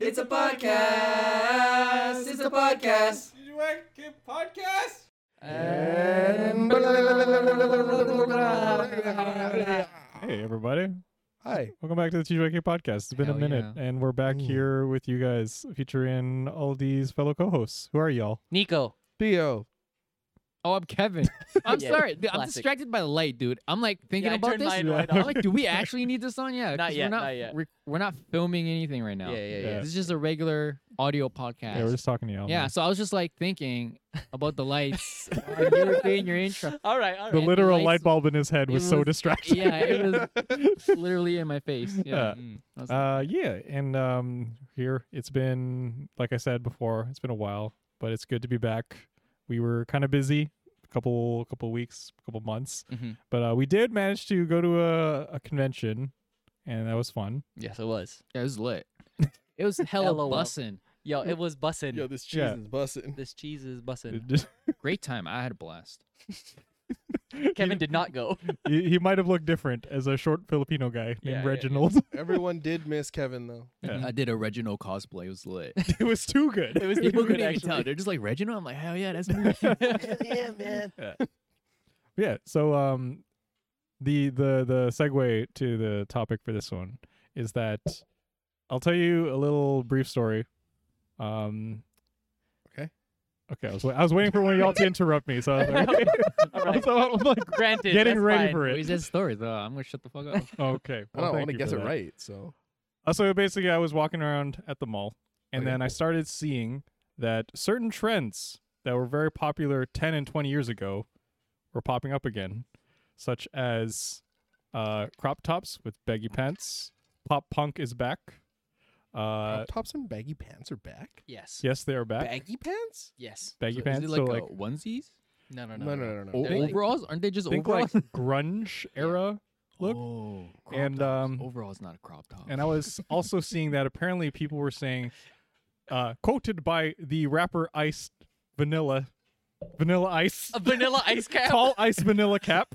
It's a podcast. It's a podcast. You want a podcast? Hey everybody! Hi. Welcome back to the TJK podcast. It's been a Hell minute, yeah. and we're back Mm. here with you guys, featuring all these fellow co-hosts. Who are y'all? Nico. Theo. Oh, I'm Kevin. I'm Yeah, sorry. dude, I'm classic. distracted by the light, dude. I'm like thinking Yeah, I about turned this. mine right I'm off. like, do we actually need this on? Yeah, Not 'cause yet, We're not, not yet. We're, we're not filming anything right now. Yeah, yeah, Yeah. yeah. This is just a regular audio podcast. Yeah, we're just talking to y'all. Yeah, man. so I was just like thinking about the lights. when you were doing your intro. All right, all the and right. the literal lights- light bulb in his head was, it so was- distracting. Yeah, it was literally in my face. Yeah. Yeah. Mm. I was like, Uh, yeah, and um, here it's been like I said before, it's been a while, but it's good to be back. We were kind of busy, a couple couple weeks, couple months, Mhm. but uh, we did manage to go to a, a convention, and that was fun. Yes, it was. yeah, it was lit. It was hella LOL. bussin'. Yo, it was bussin'. Yo, this cheese Yeah. is busting. this cheese is bussin'. Great time. I had a blast. Kevin did not go. he, he might have looked different as a short Filipino guy named Yeah, yeah, yeah. Reginald. Everyone did miss Kevin though. Yeah. I did a Reginald cosplay. It was lit. it was too good. It was the People good couldn't even tell. actually. They're just like Reginald. I'm like, hell yeah, that's me. yeah, man. yeah. So um, the the the segue to the topic for this one is that I'll tell you a little brief story. Um. Okay. Okay. I was wai- I was waiting for one of y'all to interrupt me, so I was like, okay. All right. So I'm like Granted, getting that's ready fine. for Wait, it. is that story though? Oh, I'm gonna shut the fuck up. Oh, Okay. I well, don't thank want to you guess for it that. right. So Uh, So basically, I was walking around at the mall, and Okay. then I started seeing that certain trends that were very popular 10 and 20 years ago were popping up again, such as uh, crop tops with baggy pants, pop punk is back. Uh, Crop tops and baggy pants are back. Yes. yes, they are back. Baggy pants? Yes. baggy pants. Is it like, so like, uh, onesies? No, no, no. No, no, no, no. O- They're like- overalls? Aren't they just think overalls? like grunge era. look. Oh, crop And, tops. um, overalls not a crop top. uh, And I was also seeing that apparently people were saying, uh, quoted by the rapper Ice Vanilla, Vanilla Ice. A vanilla ice cap. tall ice vanilla cap.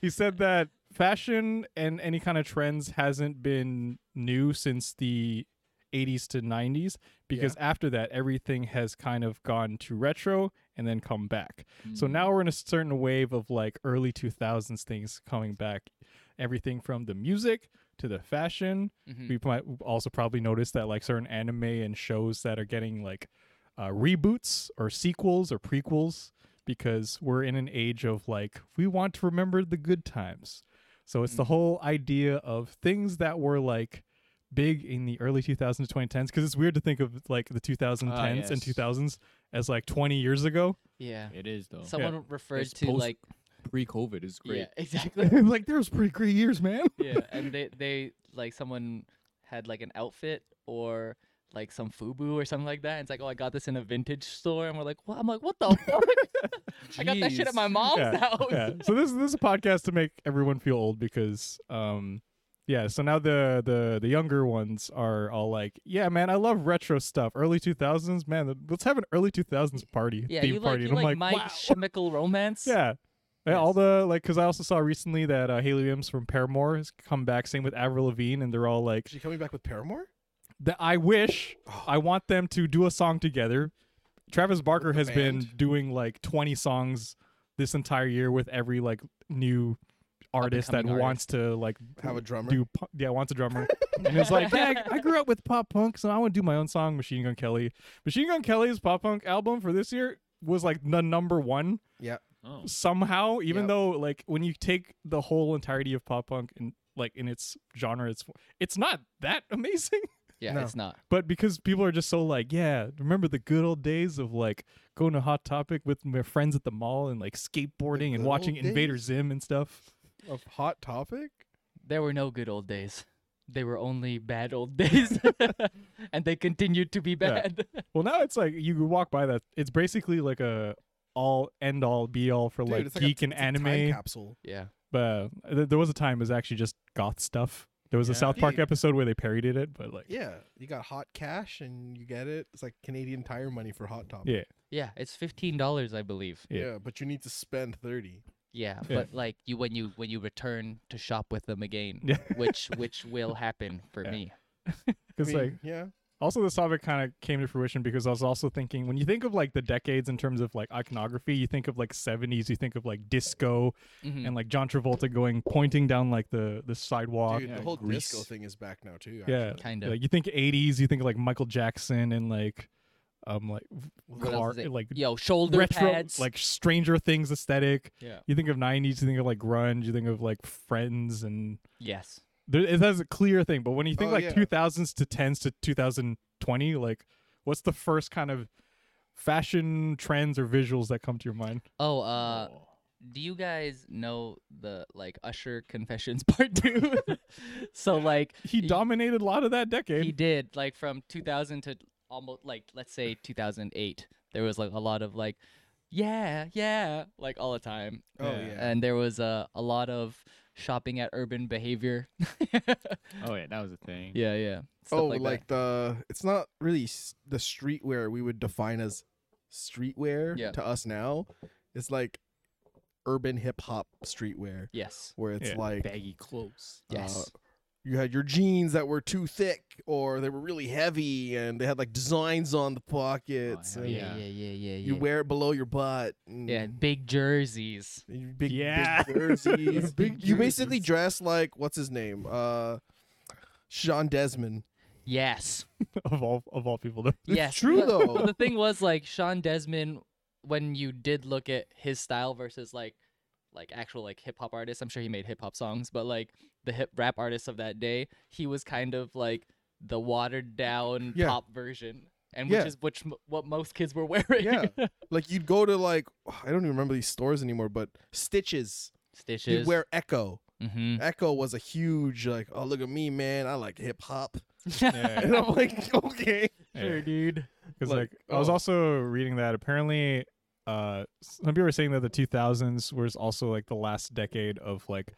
he said that fashion and any kind of trends hasn't been new since the 80s to 90s because after that everything has kind of gone to retro and then come back. Hmm. So Mm. now we're in a certain wave of like early 2000s things coming back. Everything from the music to the fashion Mhm. we might also probably notice that like certain anime and shows that are getting like uh, reboots or sequels or prequels because we're in an age of like we want to remember the good times so it's the whole idea of things that were like big in the early 2000s to 2010s because it's weird to think of like the 2010s and yes. 2000s as like 20 years ago Yeah. it is though. Someone referred It's to post- like. Pre-COVID is great. Yeah, exactly. like there's pretty great years man yeah, and they they like someone had like an outfit or like some FUBU or something like that. And it's like, oh, I got this in a vintage store, and we're like, what? I'm like, what the? fuck? I got that shit at my mom's Yeah, house. Oh, yeah. So this this is a podcast to make everyone feel old because um yeah, so now the the the younger ones are all like, yeah, man, I love retro stuff. Early 2000s, man, th- let's have an early 2000s party, Yeah, theme you like party. you and I'm like, like, Mike wow. Chemical Romance. Yeah. Yeah, all Yes. the like, because I also saw recently that uh, Haley Williams from Paramore has come back, same with Avril Lavigne, and they're all Is like, she coming back with Paramore? "The- I wish Oh. I want them to do a song together. Travis Barker the has been band? doing like 20 songs this entire year with every like new artist that Up-and-coming wants to like Have a drummer. do pu- yeah wants a drummer and it's like yeah I, I grew up with pop punk so I want to do my own song Machine Gun Kelly Machine Gun Kelly's pop punk album for this year was like the number one Yeah. Oh. somehow even Yep. though like when you take the whole entirety of pop punk and like in its genre it's it's not that amazing yeah, No. it's not. but because people are just so like, yeah, remember the good old days of like going to Hot Topic with my friends at the mall and like skateboarding good and watching old Invader days. Zim and stuff. Of hot topic? There were no good old days. They were only bad old days, and they continued to be Yeah. bad. Well, now it's like you walk by that. It's basically like a all end all be all for Dude, like it's like a- geek and it's a time anime. capsule. Yeah, But uh, th- there was a time it was actually just goth stuff. There was a Yeah. South Park Dude. episode where they parodied it, but like, Yeah. You got hot cash and you get it. It's like Canadian tire money for hot topic. Yeah. yeah. It's fifteen dollars, I believe. Yeah. Yeah, but you need to spend thirty. Yeah, Yeah. but like you when you when you return to shop with them again, Yeah. which which will happen for Yeah. me. because I mean, like yeah, Also, this topic kind of came to fruition because I was also thinking when you think of like the decades in terms of like iconography, you think of like 70s, you think of like disco Mhm. and like John Travolta going pointing down like the the sidewalk. Dude, yeah, the whole Grease. disco thing is back now too. yeah, actually. Kinda. Like, you think 80s, you think of like Michael Jackson and like um like else car is it? like Yo, shoulder retro pads. like Stranger Things aesthetic. yeah. You think of 90s, you think of like grunge, you think of like Friends and Yes. there it has a clear thing but when you think Oh, like yeah. 2000s to 10s to 2020 like what's the first kind of fashion trends or visuals that come to your mind Oh, uh, do you guys know the like Usher confessions part two? so like he y- dominated a lot of that decade He did like from 2000 to almost like let's say 2008. There was like a lot of like yeah, yeah, like all the time. Oh, yeah. And there was uh, a lot of shopping at Urban Behavior. yeah, Oh yeah, that was a thing. yeah. Stuff Oh, like, like, that. the it's not really s- the streetwear we would define as streetwear Yeah. to us now. It's like urban hip hop streetwear yes. where it's Yeah. like Baggy clothes. uh, Yes. you had your jeans that were too thick or they were really heavy and they had like designs on the pockets. hell and yeah. Oh, yeah, yeah, yeah, You wear it below your butt. and- yeah, big jerseys. and your Big, Yeah. big jerseys. Big you basically jerseys. dress like what's his name? Uh Sean Desmond. Yes. of all of all people to Yes. True But- Well, though. the thing was like Sean Desmond, when you did look at his style versus like like actual like hip hop artists, I'm sure he made hip hop songs, but like the hip rap artists of that day, he was kind of like the watered down Yeah. pop version, and Yeah. which is which m- what most kids were wearing. Yeah. Like you'd go to like I don't even remember these stores anymore, but Stitches. Stitches. You'd wear Echo. hmm Echo was a huge like, oh look at me, man, I like hip hop. Yeah. And I'm like, okay. sure dude because like, Like, i was oh. also reading that apparently uh some people were saying that the 2000s was also like the last decade of like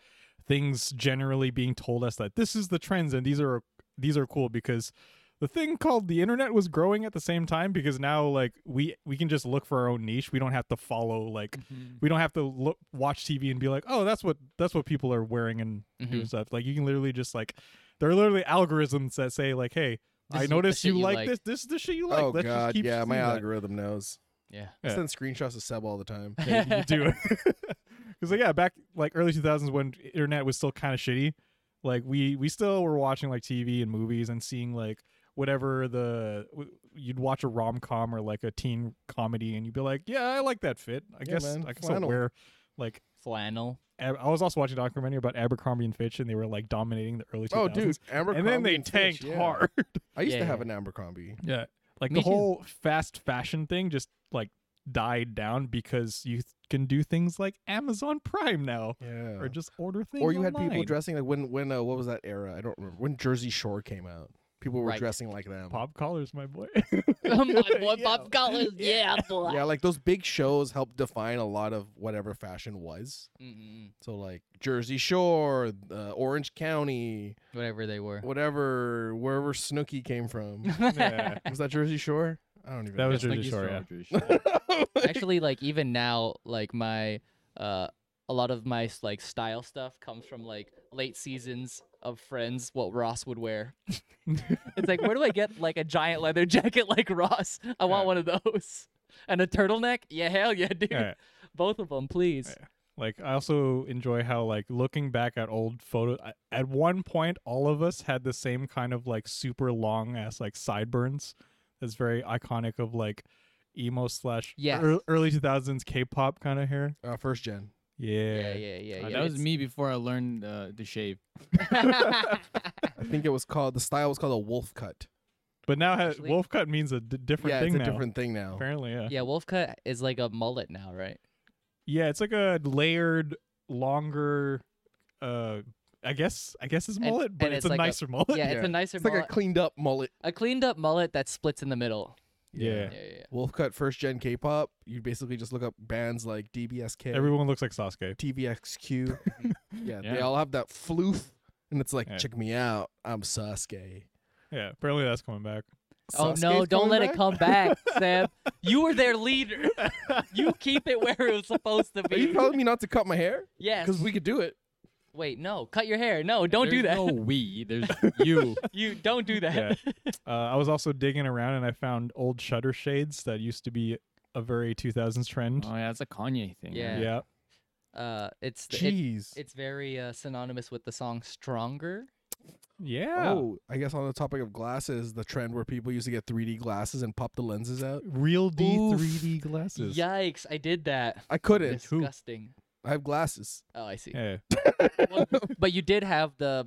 things generally being told us that this is the trends and these are these are cool because the thing called the internet was growing at the same time because now like we we can just look for our own niche we don't have to follow like we don't have to look watch tv and be like oh that's what that's what people are wearing and Mm-hmm. doing stuff like you can literally just like there are literally algorithms that say like hey This is i what the noticed shit you, you like, like. this this is the shit you like oh Let's just god, keep yeah, my seeing that. algorithm knows. Yeah. I Yeah. send screenshots of Seb all the time. Yeah, you do because like yeah back like early 2000s when internet was still kind of shitty like we we still were watching like tv and movies and seeing like whatever the w- you'd watch a rom-com or like a teen comedy and you'd be like yeah i like that fit i Yeah, guess man, i guess i'll flannel." wear like Flannel. Ab- I was also watching a documentary about Abercrombie and Fitch, and they were like dominating the early 2000s. Oh, dude, Abercrombie and then they Fitch, tanked yeah. hard. I used Yeah, to have yeah. an Abercrombie. yeah, like Me the too. whole fast fashion thing just like died down because you th- can do things like Amazon Prime now, Yeah. or just order things. Or you had people online. dressing like when when uh, what was that era? I don't remember when Jersey Shore came out. People were Right. dressing like them. pop collars, my boy. Oh My boy Yeah. Bob Collins. Yeah. boy. Yeah, like those big shows helped define a lot of whatever fashion was. Mm-mm. So like Jersey Shore, uh, Orange County, Whatever they were. whatever wherever Snooki came from. Yeah. was that Jersey Shore? I don't even. That know. was Like Jersey you Shore. saw Yeah. Jersey Shore. actually like even now like my uh a lot of my like style stuff comes from like late seasons of friends what ross would wear it's like where do i get like a giant leather jacket like ross i want Yeah. one of those and a turtleneck yeah hell yeah dude Yeah. both of them please Like I also enjoy how like looking back at old photos. I- At one point, all of us had the same kind of like super long ass like sideburns. That's very iconic of like emo slash Yes. ear- early two thousands K-pop kind of hair. uh, first gen. Yeah. yeah yeah yeah, yeah. Uh, that was me before I learned uh, to shave. I think it was called the style was called a wolf cut. But now ha- Actually- wolf cut means a d- different yeah, thing it's a now. different thing now. Apparently, yeah. yeah. yeah wolf cut is like a mullet now right it's like a layered, longer. uh I guess I guess it's mullet, but and it's it's, a like a- nicer mullet. yeah it's Yeah. a nicer It's like a mullet cleaned up mullet. a cleaned up mullet that splits in the middle Yeah. yeah yeah, yeah. Wolf cut first gen K-pop. You basically just look up bands like DBSK, Everyone looks like Sasuke. TVXQ. yeah, they Yeah. all have that floof, and it's like, Yeah. check me out, I'm Sasuke. Yeah, apparently that's coming back. Oh no, Sasuke's don't coming let it back? come back, Sam. You were their leader. You keep it where it was supposed to Are you be. telling me not to cut my hair? Yes. Because we could do it. Wait, no, cut your hair. No, don't do that. There's No we. There's you. You don't do that. Uh, I was also digging around and I found old shutter shades that used to be a very 2000s trend. Oh yeah, that's a Kanye thing. yeah. Yeah. Uh, it's the- it, Jeez. it's very uh, synonymous with the song "Stronger." yeah. Oh, I guess on the topic of glasses, the trend where people used to get 3D glasses and pop the lenses out. Real D Oof. 3D glasses. Yikes! I did that. I couldn't. Who? Disgusting. I have glasses. Oh, I see. Yeah. Well, but you did have the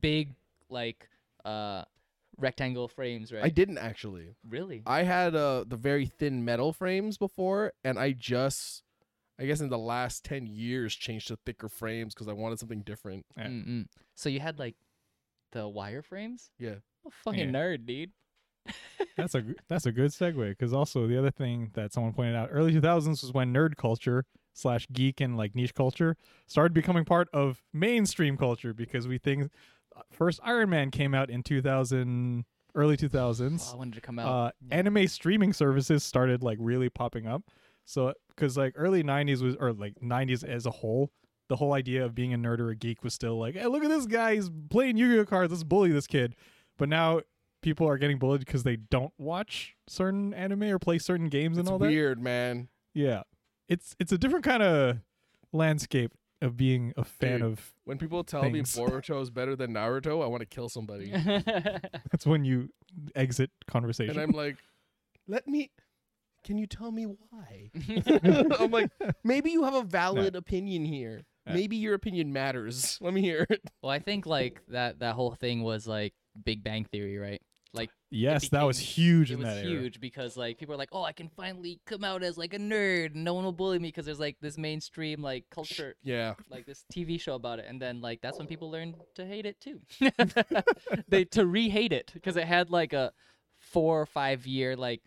big like uh rectangle frames, right? I didn't actually. Really? I had uh, the very thin metal frames before, and I just, I guess, in the last ten years, changed to thicker frames because I wanted something different. Yeah. Mm-mm. So you had like the wireframes? Yeah. I'm a fucking Yeah. nerd, dude. That's a g- that's a good segue because also the other thing that someone pointed out early 2000s was when nerd culture slash geek and like niche culture started becoming part of mainstream culture because we think first Iron Man came out in 2000 early 2000s Oh, I wanted to come out. uh, anime streaming services started like really popping up. So because like early '90s was or like '90s as a whole, the whole idea of being a nerd or a geek was still like, hey, look at this guy, he's playing Yu-Gi-Oh cards. Let's bully this kid. But now people are getting bullied because they don't watch certain anime or play certain games It's and all weird, man. that. Yeah, it's it's a different kind of landscape of being a fan Dude. of. When people tell Thanks. me Boruto is better than Naruto, I want to kill somebody, Uh, That's when you exit conversation. and I'm like, let me. Can you tell me why? I'm like, maybe you have a valid opinion here. Yeah. Maybe your opinion matters. Let me hear it. well, I think like that that whole thing was like Big Bang Theory, right? Like yes, that was became- huge it in was that era. huge because like people are like, oh, I can finally come out as like a nerd, and no one will bully me because there's like this mainstream like culture, Yeah. like this TV show about it, and then like that's when people learned to hate it too. they to re-hate it because it had like a four or five year like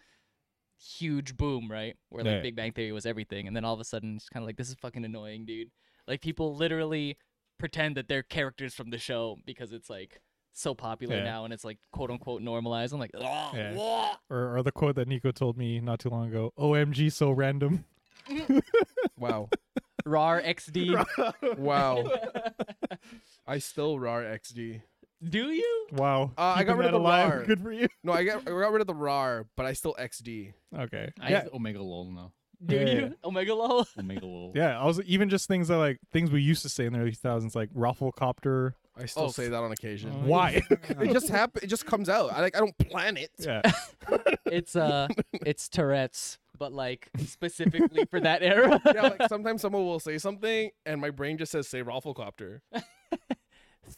huge boom, right? Where like Yeah. Big Bang Theory was everything, and then all of a sudden it's kind of like this is fucking annoying, dude. Like people literally pretend that they're characters from the show because it's like so popular Yeah. now and it's like quote unquote normalized. I'm like, Oh, "Ugh, Yeah. wah." or, or the quote that Nico told me not too long ago. OMG, so random. Wow. RAR XD. wow. I still rar XD. Do you? Wow. Uh, I got keeping rid of that the alive. lar. Good for you. No, I got I got rid of the rar, but I still XD. Okay. I yeah. use Omega lol now. Do Yeah, yeah, you? Omega Lol? Omega lol. Yeah. I was even just things that like things we used to say in the early 2000s, like rafflecopter. I still Oh, say that on occasion. Why? it just happen. It just comes out. I like. I don't plan it. yeah. It's uh it's Tourette's, but like specifically for that era. Yeah, like sometimes someone will say something, and my brain just says "say rafflecopter,"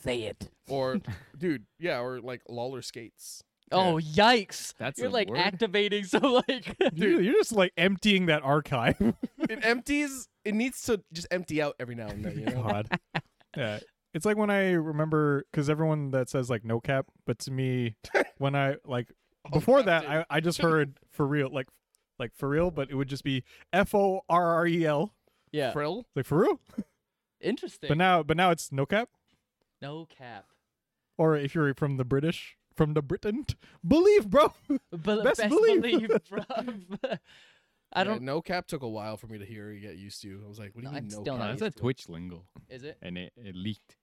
Say it. or "dude, yeah," or like "Lawler skates." Oh yikes. That's You're a like word? activating so like You- You're just like emptying that archive. It empties. It needs to just empty out every now and then. You know? God. yeah. It's like when I remember because everyone that says like no cap, but to me, when I like Oh, before that, I, I just heard for real, like like for real, but it would just be F O R R E L, Yeah. Frill. like for real. Interesting. But now, but now it's no cap. no cap. or if you're from the British, from the Britain, believe, bro. Oh, But Best believe. bruv. I don't no cap took a while for me to hear or get used to. I was like, "What do you No, mean I'm no still cap?" not used That's a to it. Twitch lingo, is it? and it, it leaked.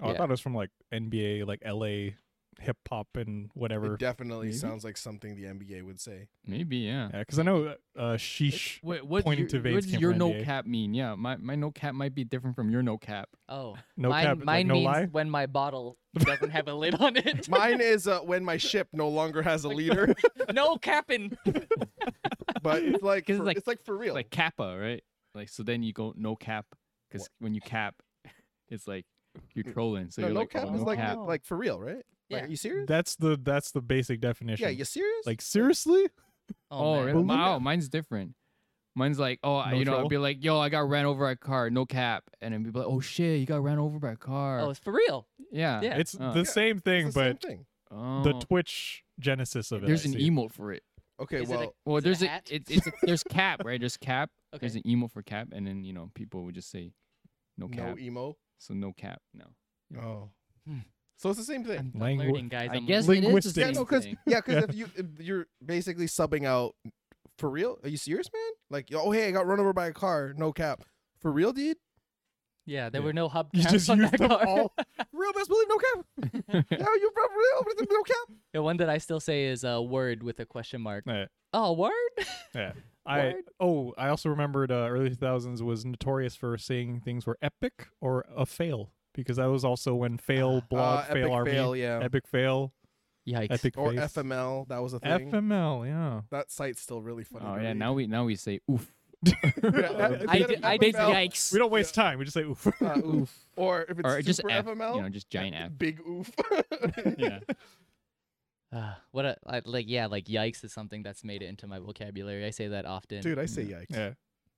Oh, I Yeah. thought it was from like NBA, like LA hip hop and whatever. It definitely Maybe. sounds like something the NBA would say. Maybe yeah. Yeah, because I know uh, Sheesh. Wait, what? Pointing your, to Vades what does came your from no NBA. cap mean? Yeah, my my no cap might be different from your no cap. Oh. No mine cap, like, mine no means lie? when my bottle doesn't have a lid on it. Mine is uh, when my ship no longer has a leader, no capping. but it's like, 'Cause it's for- like- it's like for real. Like kappa, right? Like so then you go no cap because when you cap, it's like you're trolling. So no, you're no like cap oh, is no like cap. like for real, right? Like, Yeah. are you serious? That's the that's the basic definition. Yeah, you serious? Like seriously? Oh, man. really? wow, mine's different. Mine's like, oh, I- No you know, troll? I'd be like, yo, I got ran over by a car, no cap, and then people like, oh shit, you got ran over by a car. Oh, it's for real. yeah, yeah. It's Uh, the Yeah, same It's thing, the same but thing. Oh, the Twitch genesis of it. there's I an see. emote for it. Okay, Is it a- well, Well, Is it a there's hat? it's, it's there's cap, right? There's cap. Okay. There's an emote for cap, and then you know people would just say, no cap. no e emo. so no cap. No. Oh, Hmm. so it's the same thing. I'm Langu- learning, guys. I I'm guess learning. it is the linguistic. Yeah, same no, because thing. yeah, because Yeah. if you if you're basically subbing out for real. Are you serious, man? Like, oh hey, I got run over by a car. No cap. For real, dude. Yeah, there Yeah. were no hubcaps You just on used that them car. all. Real best believe no cap. yeah, you from real best believe no cap. The one that I still say is a uh, word with a question mark. Yeah, Oh, word? yeah. I Word. oh, I also remembered uh, early 2000s was notorious for saying things were epic or a fail because that was also when fail blog uh, fail epic army fail, yeah. epic fail Yikes. epic Or face. FML, that was a thing. FML yeah that site's still really funny. Oh to yeah, read. now we now we say oof. Yeah, I I yeah, did, yeah, I did FML. yikes. we don't waste time we just say oof Uh, oof. Or if it's Or just super F, FML, you know, just giant F. big oof. Yeah. Uh, what a, I, like yeah, like yikes is something that's made it into my vocabulary. I say that often. Dude, I say yikes. Yeah.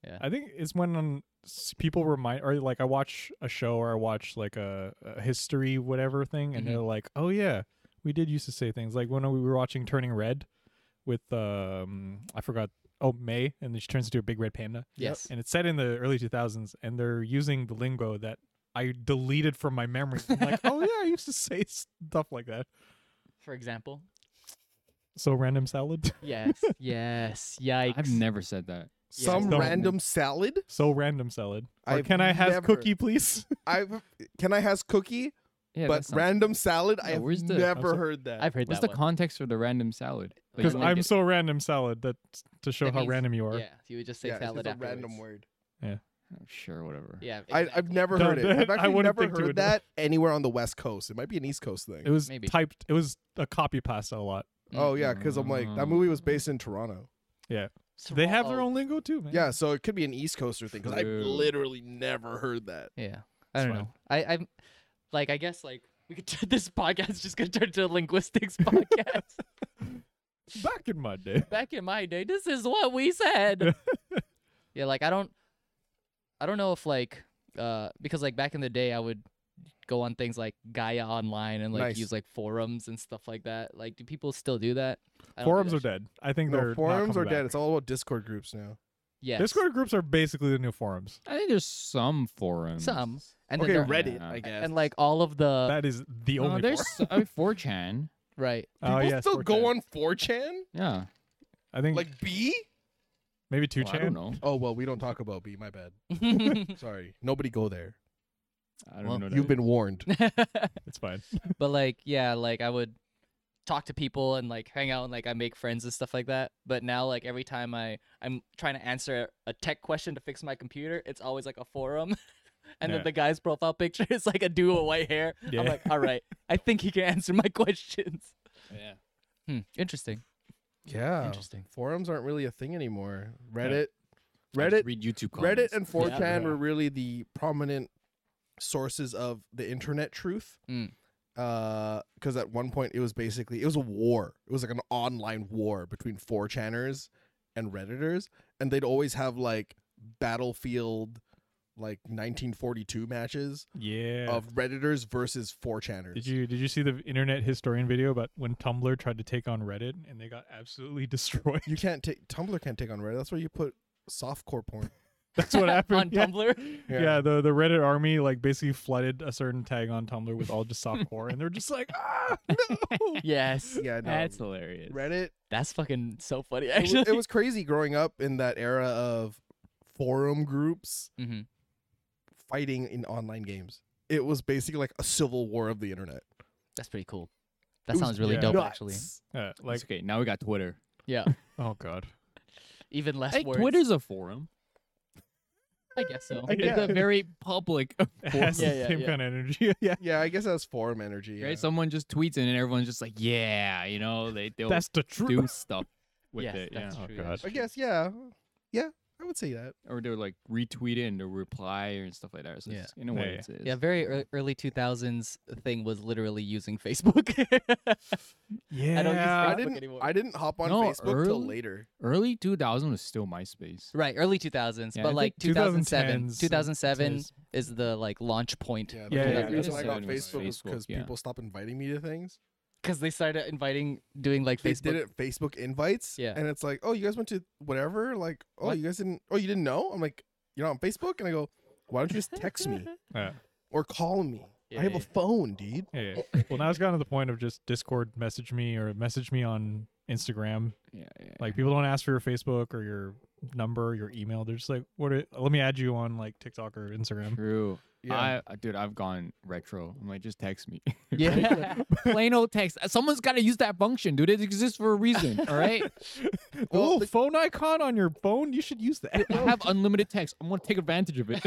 Yeah. I think it's when um, s- people remind, or like I watch a show or I watch like a, a history whatever thing, and Mhm. they're like, oh yeah, we did used to say things like when we were watching Turning Red with, um, I forgot, oh, May, and then she turns into a big red panda. Yes. And it's set in the early 2000s, and they're using the lingo that I deleted from my memory. I'm like, oh yeah, I used to say stuff like that. For example. So random salad. Yes. yes. Yikes. I've never said that. Some Yeah. random salad. So random salad. Or I've can I have never- cookie, please? I've can I has cookie, Yeah, but that's not- random salad. I Yeah, have where's the- never Also- heard that. I've heard What's the that one. context for the random salad? Like, Because Like I'm it- so random salad that to show That how means- random you are. Yeah, you would just say yeah, it's salad just a random afterwards. word. I'm sure whatever. Yeah. I, I've exactly. never No, heard it. that- I've I actually wouldn't never think to heard it. that anywhere on the West Coast. It might be an East Coast thing. It was Maybe. typed. It was a copy pasta a lot. oh yeah, because I'm like that movie was based in Toronto. They have their Swallow. own lingo too, man. Yeah, so it could be an East Coaster thing because I True. literally never heard that. Yeah. It's I don't fine. know. I, I'm like, I guess like we could turn this podcast is just gonna turn to a linguistics podcast. Back in my day. Back in my day, this is what we said. yeah, like I don't, I don't know if like, uh, because like back in the day, I would go on things like Gaia online and like Nice. use like forums and stuff like that. Like, do people still do that? I don't do Forums that are shit. dead. I think they're No, not forums coming are dead. back. It's all about Discord groups now. Yes. Discord groups are basically the new forums. I think there's some forums. Some. And okay, then there- Reddit, Yeah. I And, guess. And like all of the that is the No, only. uh, there's forum. so- I mean, 4chan. right. Oh, people yes, still 4chan. go on 4chan, Yeah. I think like B. maybe two Well, I don't chan. know. Oh well, we don't talk about B. My bad. Sorry, nobody go there. I don't Well, know. That. You've been warned. It's fine. but like yeah like i would talk to people and like hang out and like i make friends and stuff like that but now like every time i i'm trying to answer a tech question to fix my computer it's always like a forum and Yeah. then the guy's profile picture is like a dude with white hair Yeah. i'm like all right i think he can answer my questions Yeah. hmm, interesting Yeah, Interesting. Forums aren't really a thing anymore. Reddit, I just Reddit, Read YouTube comments. Reddit, and 4chan Yeah. were really the prominent sources of the internet truth. Mm. Because at one point it was basically it was a war. It was like an online war between 4chaners and Redditors, and they'd always have like battlefield, like 1942 matches Yeah. of Redditors versus 4chaners. did you did you see the internet historian video about when Tumblr tried to take on Reddit and they got absolutely destroyed? You can't take Tumblr can't take on Reddit. That's where you put softcore porn. That's what happened. on yeah. tumblr Yeah. the the Reddit army like basically flooded a certain tag on Tumblr with all just softcore, and they're just like, ah, no. yes yeah, no. That's hilarious. Reddit that's fucking so funny it was, actually it was crazy growing up in that era of forum groups Mhm. fighting in online games. It was basically like a civil war of the internet. that's pretty cool that It was sounds really Yeah. dope actually Nuts. Yeah, Like, like, okay, now we got Twitter. yeah oh god, even less Hey, words Twitter's a forum. i guess so I guess. It's a very public it forum. has Yeah, the yeah, same yeah. kind of energy. yeah, Yeah, I guess that's forum energy. yeah. Right? Someone just tweets it and everyone's just like, yeah, you know, they, they'll that's the do truth. stuff with Yes, it. that's yeah. Oh, true, God. that's I true. guess yeah, yeah. I would say that. Or they'll like retweet it and they'll reply and stuff like that. So Yeah. it's, in a way, Yeah. it's, it's Yeah, very ear- early 2000s thing was literally using Facebook. Yeah, I don't use Uh, I Facebook didn't. anymore. I didn't hop on No, Facebook till early- later. early 2000 was still MySpace. right, early 2000s, Yeah, I but think like 2007. 2010s, 2007 2010s. is the like launch point Yeah, Yeah, the yeah, only reason I got yeah. Facebook was Facebook, because yeah. people stopped inviting me to things. because they started inviting doing like They Facebook. did it Facebook invites. Yeah. and it's like, oh, you guys went to whatever. Like, oh, What? you guys didn't. Oh, you didn't know. I'm like, you're not on Facebook, and I go, why don't you just text me? Yeah, or call me. Yeah, I have yeah, a phone, dude. yeah, yeah. Well, now it's gotten to the point of just Discord message me or message me on Instagram. Yeah, yeah. Like people don't ask for your Facebook um, or your number, your email. They're just like, what? Are, let me add you on like TikTok or Instagram. True. Yeah. I dude, I've gone retro. I'm like, just text me. Yeah. Plain old text. Uh, Someone's got to use that function, dude. It exists for a reason. All right. Well, oh, the- phone icon on your phone. You should use that. I have unlimited text. I'm gonna take advantage of it.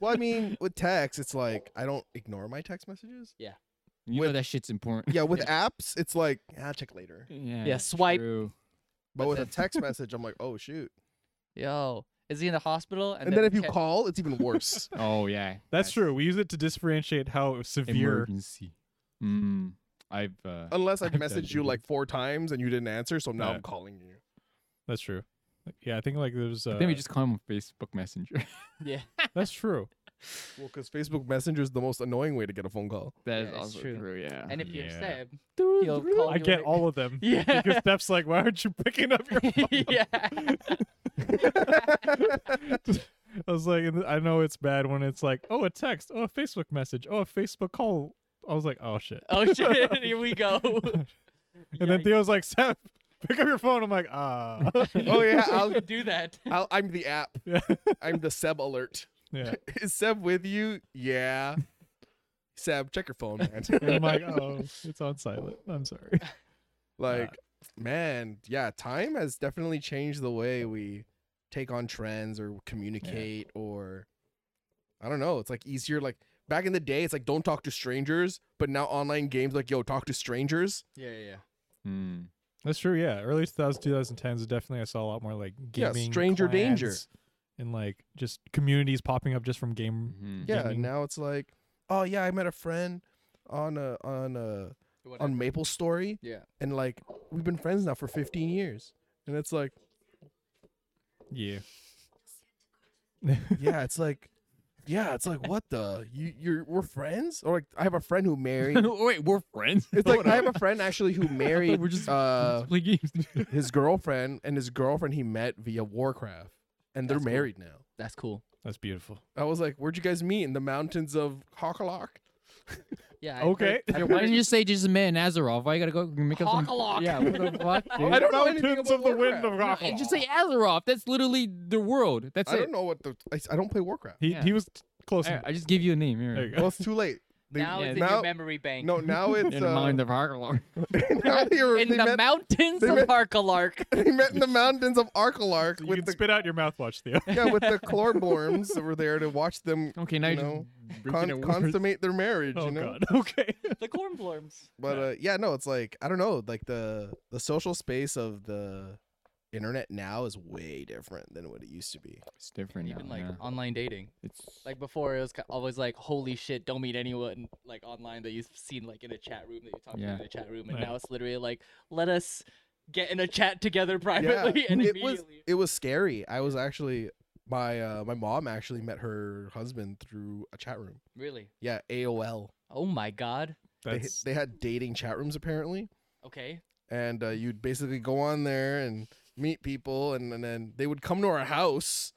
well, I mean, with text, it's like I don't ignore my text messages. you know With- that shit's important. Yeah, with apps, it's like ah, check later. Yeah. Yeah, swipe. true. But But with a then- text message, I'm like, oh shoot. Yo, is he in the hospital? And, then, if you ca- call, it's even worse. Oh yeah. That's true. We use it to differentiate how severe. Emergency. Mm. I've uh, Unless I've I've done messaged you it. like four times and you didn't answer, so now Yeah. I'm calling you. That's true. Yeah, I think like there's. Uh, I think we just call him on Facebook Messenger. yeah, that's true. Well, because Facebook Messenger is the most annoying way to get a phone call. that Yeah, is it's also true. true. Yeah. and if you're Yeah. Seb, he'll call I you get later. all of them. Yeah. Because Steph's like, why aren't you picking up your phone? yeah, I was like, and I know it's bad when it's like, oh, a text, oh, a Facebook message, oh, a Facebook call. I was like, oh shit. oh shit, here we go. and And then Theo's like, Seth, pick up your phone. I'm like, ah. Oh yeah, I'll, do that. I'll, I'm the app. yeah. I'm the Seb alert. yeah. Is Seb with you? Yeah. Seb, check your phone, man. And I'm like, oh, it's on silent. I'm sorry. like man yeah time has definitely changed the way we take on trends or communicate or i don't know it's like easier like back in the day it's like don't talk to strangers but now online games like yo talk to strangers Yeah, yeah, yeah. Mm. That's true. Yeah. Early 2000s, 2010s, definitely I saw a lot more like Yeah, gaming. stranger danger. clans And like just communities popping up just from game. Mhm. yeah Gaming. now it's like oh yeah i met a friend on a on a on maple story yeah, and like we've been friends now for 15 years and it's like Yeah. yeah it's like yeah it's like what the you you're we're friends or like i have a friend who married Wait, we're friends. It's like I have a friend actually who married We're just uh, play games. his girlfriend, and his girlfriend he met via Warcraft, and they're That's cool. married now. that's cool. That's beautiful. I was like, "Where'd you guys meet in the mountains of Hawkalok?" Yeah. Okay. why didn't you say just a man Azeroth? Why you gotta go make up some? Cockalock. Yeah. What the fuck, dude? I don't know anything Mountains about of the wind Warcraft. of rock. No, just say Azeroth. That's literally the world. That's I it. don't know what the I, I don't play Warcraft. He, Yeah. he was t- close. I, enough. I just give you a name. There you Here. go. Well, it's too late. They- Now it's in now- your memory bank. no, now it's In uh, mind of Harkalor. now they, were, in they the met, mountains they of met- Harkalark. they met in the mountains of Arkalark You with can the spit out your mouthwatch, Theo. yeah with the Clorborms that were there to watch them Okay, now You you're know, just breaking con- a word. consummate their marriage. Oh you know? god. Okay. the cornblorms. But uh, yeah, no, it's like I don't know, like the the social space of the internet now is way different than what it used to be. It's different. Even now, like yeah. online dating. it's Like before, it was ki- always like, "Holy shit, don't meet anyone like online that you've seen like in a chat room that you talk Yeah. to in a chat room." And Right. now it's literally like, "Let us get in a chat together privately." And it was immediately, it was scary. I was actually my uh, my mom actually met her husband through a chat room. really? Yeah, AOL. Oh my god. They, That's they had dating chat rooms apparently, Okay. and uh, you'd basically go on there and meet people, and, and then they would come to our house,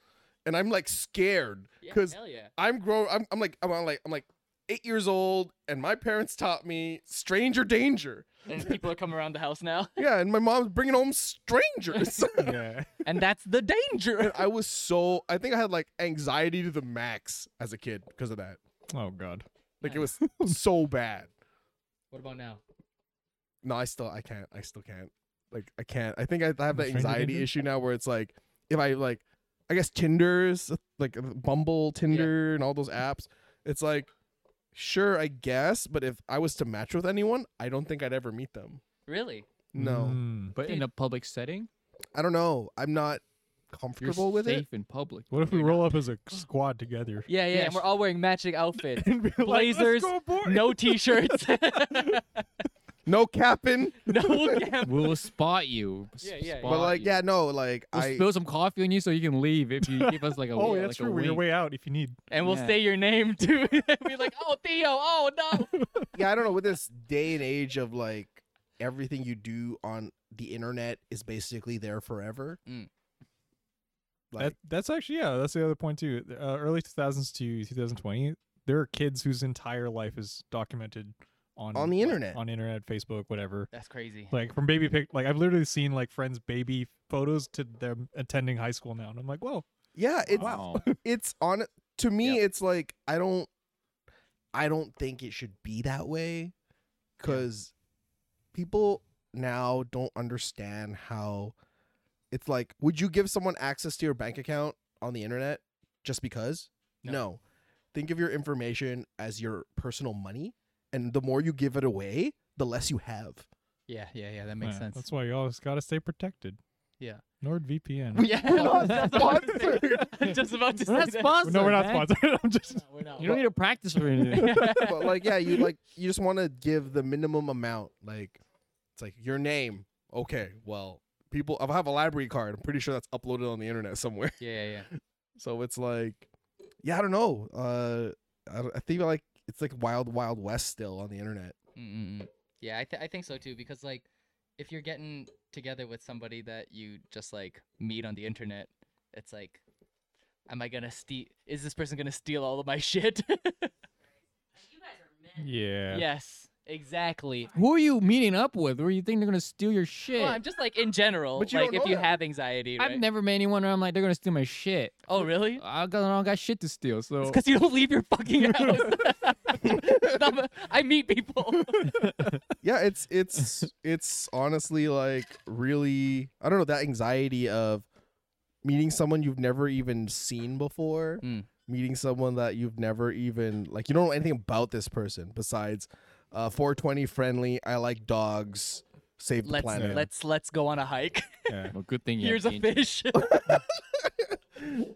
and I'm like scared Yeah. because hell yeah. I'm grown. I'm, I'm like I'm like I'm like eight years old, and my parents taught me stranger danger. And people are coming around the house now, Yeah, and my mom's bringing home strangers. yeah. and that's the danger. I was so I think I had like anxiety to the max as a kid because of that. Oh god. Like it was so bad. What about now? No, I still I can't. I still can't. Like I can't. I think I I have The that stranger anxiety danger? issue now where it's like if I like I guess Tinder's like Bumble, Tinder, and all those apps. It's like sure I guess, but if I was to match with anyone, I don't think I'd ever meet them. Really? No, Mm. but In a public setting, I don't know. I'm not you're comfortable safe with it. in public. What if we roll up as a squad together? Yeah, yeah. And Yes. we're all wearing matching outfits. And be like, "Let's Blazers, go, boy." no t-shirts. No capping. no gam- We'll spot you. Yeah, yeah, yeah. But like, yeah, no, like We'll I spill some coffee on you so you can leave if you give us like a Oh, wink, that's like true. A We're your wink. way out if you need. And we'll Yeah. say your name too. Be like, "Oh, Theo. Oh no." yeah, I don't know. With this day and age of like everything you do on the internet is basically there forever. Mm. Like, that, that's actually yeah. That's the other point too. Uh, early 2000s to 2020, there are kids whose entire life is documented on On the like, internet. on internet, Facebook, whatever. That's crazy. Like from baby pic, like I've literally seen like friends' baby photos to them attending high school now, and I'm like, whoa, yeah, it's Wow. it's on. To me, it's like I don't I don't think it should be that way because people now don't understand how it's like, would you give someone access to your bank account on the internet just because? No. no. Think of your information as your personal money, and the more you give it away, the less you have. Yeah, yeah, yeah. That makes Yeah, sense. That's why you always got to stay protected. Yeah. NordVPN. yeah, I was just about to say- I'm just about to say We're not that. sponsored. no, we're not man. sponsored. I'm just. No, we're not. You don't need to practice for anything. but like yeah you like you just want to give the minimum amount like it's like your name okay well people i have a library card i'm pretty sure that's uploaded on the internet somewhere Yeah, yeah, yeah. so it's like yeah i don't know uh i, don't- I think like it's like wild wild west still on the internet Mm-mm-mm. Yeah, I, th- I think so too. Because like, if you're getting together with somebody that you just like meet on the internet, it's like, am I gonna steal? Is this person gonna steal all of my shit? Yeah. yes, exactly. Who are you meeting up with? Where you think they're gonna steal your shit? Well, I'm just like in general, But you like don't if know you that. have anxiety, right? I've never met anyone where I'm like they're gonna steal my shit. oh, really? I got- I don't got shit to steal, so Because you don't leave your fucking house. Not- I meet people. yeah it's it's it's honestly like really i don't know that anxiety of meeting someone you've never even seen before Mm. meeting someone that you've never even like you don't know anything about this person besides uh 420 friendly i like dogs save the let's planet let's let's go on a hike. yeah. Well, good thing you Here's have a the internet. fish.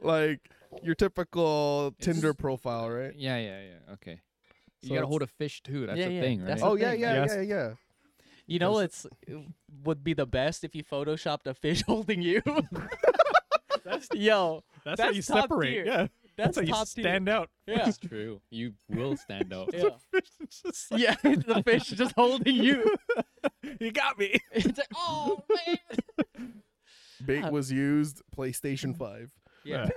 like your typical It's- tinder profile right Yeah, yeah, yeah. Okay. you So gotta it's- hold a fish too. That's Yeah, a yeah, thing, that's right? the oh yeah thing. yeah Yes. yeah yeah You know, it's it would be the best if you photoshopped a fish holding you. Yo, That's, how That's you top separate. tier. Yeah. that's, That's, how you top stand out. Tier. Yeah, It's true. You will stand out. yeah. It's just like, yeah. The fish is just holding you. you got me. It's like, oh man. bait was used playstation 5 Yeah,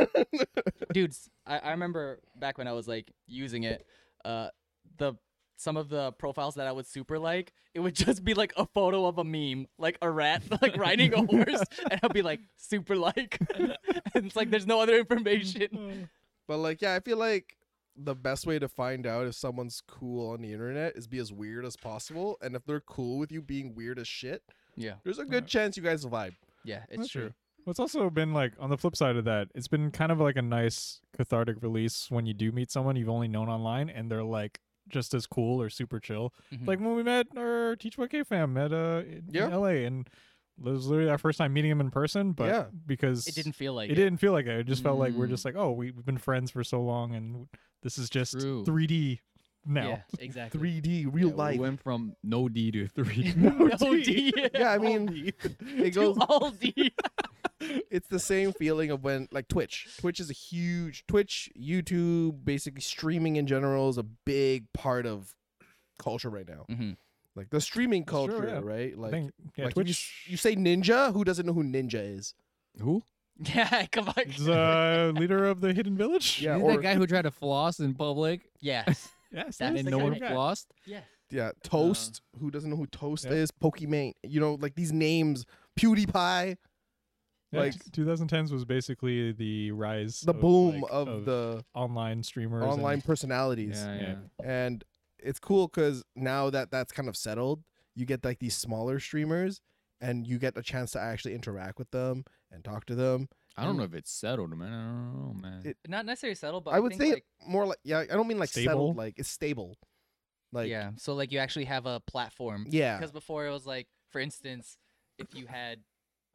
dudes. I, I remember back when I was like using it. Uh, the some of the profiles that I would super like, it would just be like a photo of a meme, like a rat like riding a horse, and I'd be like super like. and it's like there's no other information. but like yeah i feel like the best way to find out if someone's cool on the internet is be as weird as possible and if they're cool with you being weird as shit Yeah, there's a good chance you guys vibe yeah, it's That's true. true. Well, it's also been like on the flip side of that, it's been kind of like a nice cathartic release when you do meet someone you've only known online and they're like just as cool or super chill. Mhm. Like when we met our Teach 1K fam at uh in Yeah. in LA and it was literally our first time meeting him in person, but Yeah. because It didn't feel like it didn't feel like it. It just felt like we're Mm. just like, oh, we, we've been friends for so long, and this is just True. 3D now. Yeah, exactly. 3d real Yeah, life We went from no D to three. No D. yeah i mean it To goes all D. it's the same feeling of when like Twitch. Twitch is a huge Twitch, YouTube, basically streaming in general is a big part of culture right now. Mhm. Like the streaming Sure, culture, yeah. right? Like, I think, yeah, like if you, Twitch. s- you say ninja, who doesn't know who ninja is? Who? yeah, come on. is uh, leader of the Hidden Village. Yeah, Isn't or that guy who tried to floss in public Yes. yes, That's that's and the no kind one of guy. flossed? yes. yeah, Toast, who doesn't know who Toast yeah. is? Pokimane, you know, like these names, PewDiePie, Yeah, like- t- 2010s was basically the rise, the of, boom like, of, the online streamers, and- online personalities. Yeah, yeah. and it's cool because now that that's kind of settled you get like these smaller streamers and you get a chance to actually interact with them and talk to them I don't know if it's settled, man. I don't know, man. It- Not necessarily settled, but i, would think, say like, more like yeah i don't mean like Stable? settled like it's stable like yeah. So like you actually have a platform. yeah Because before it was like, for instance, if you had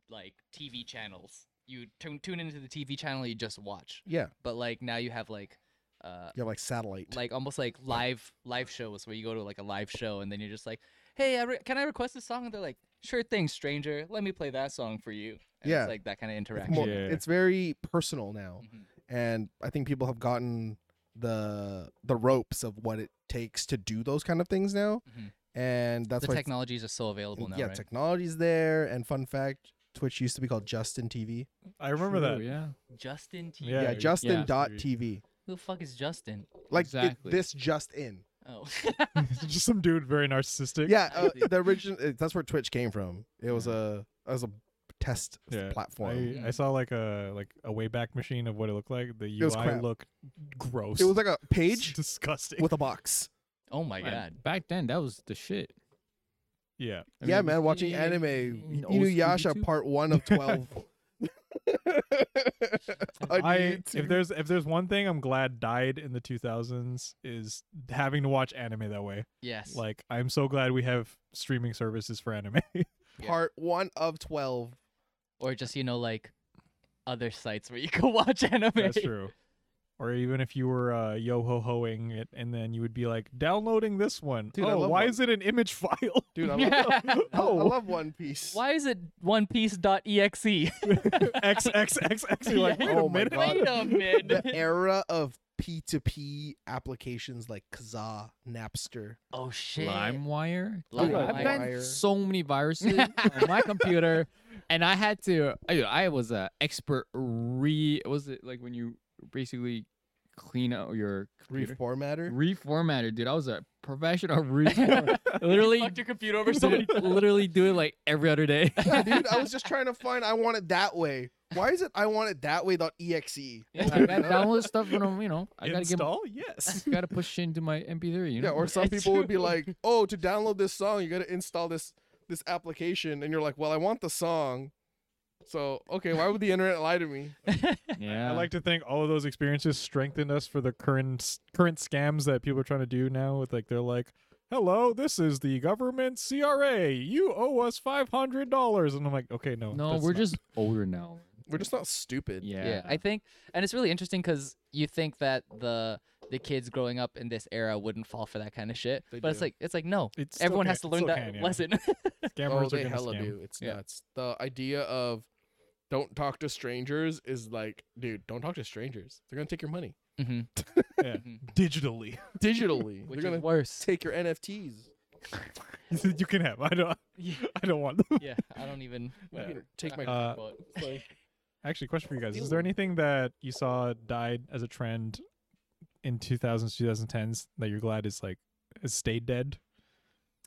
like TV channels, you tune tune into the TV channel, you just watch. yeah But like now you have like, uh, you have like satellite like almost like live live shows where you go to like a live show and then you're just like, hey, I re- can I request a song? And they're like, sure thing, stranger. Let me play that song for you. And Yeah. It's like that kind of it's, interaction. more, Yeah. it's very personal now Mhm. and i think people have gotten the the ropes of what it takes to do those kind of things now Mhm. and that's the why technologies are so available now, yeah right? technology's there and fun fact twitch used to be called justin tv I remember True, that. Yeah. Justin TV. Yeah, Yeah, it was- Justin yeah. dot TV. Who the fuck is Justin? Like it- Exactly. this just in. Oh. just some dude very narcissistic. Yeah, uh, see. the origin. uh, That's where Twitch came from. It was a it was a test f- Yeah, platform. I, I saw like a like a Wayback Machine of what it looked like. The UI was crap. looked gross. it was like a It's page disgusting. with a box. Oh my Man, god. Back then, that was the shit. yeah, I yeah, mean, man, watching yeah, yeah, anime in old Inuyasha Scooby-Doo. part one of twelve. On I YouTube. if there's if there's one thing I'm glad died in the 2000s is having to watch anime that way. Yes. Like I'm so glad we have streaming services for anime. Yeah. part one of twelve. or just you know like other sites where you can watch anime. That's true. Or even if you were uh, yo ho hoing it, and then you would be like downloading this one. Dude, I oh, love why one- is it an image file? Dude, I love, Yeah. I- I love One Piece. Why is it One Piece.exe? X X X X. You're like, Yeah. wait Oh a my minute. God. Wait a the minute. era of P2P applications like Kazaa, Napster. oh shit. LimeWire. Lime Dude, I've wire. been so many viruses on my computer, and I had to. I, I was a expert re. Was it like when you basically clean out your computer? Reformatter. reformatter, dude? I was a professional reformer. Literally, Fucked your computer over so many literally do it like every other day. Dude, I was just trying to find I want it that way. Why is it I want it that way E dot exe? I got download stuff when I'm, you know, I gotta get, Install? Yes. gotta push into my MP3. You know, Yeah, or some That's people would be true. like, "Oh, to download this song, you got to install this this application." And you're like, "Well, I want the song." So, okay, why would the internet lie to me? yeah. I like to think all of those experiences strengthened us for the current current scams that people are trying to do now. With like, they're like, "Hello, this is the government CRA. You owe us five hundred dollars." And I'm like, "Okay, no, no, that's we're not- just older now. We're just not stupid. Yeah. yeah i think and it's really interesting because you think that the the kids growing up in this era wouldn't fall for that kind of shit They but it's do. like it's like no It's still everyone ca- has to it learn still that can, yeah. lesson scammers oh, they are gonna hella scam. do. It's Yeah. nuts. The idea of don't talk to strangers is like, dude, don't talk to strangers. They're gonna take your money hmm Yeah. digitally. digitally. which They're gonna is worse take your NFTs. you can have. I don't. yeah, I don't want them. yeah i don't even You whatever. can Take my. Uh, But- Actually, question for you guys: Is there anything that you saw died as a trend in 2000s, 2010s that you're glad is like has stayed dead?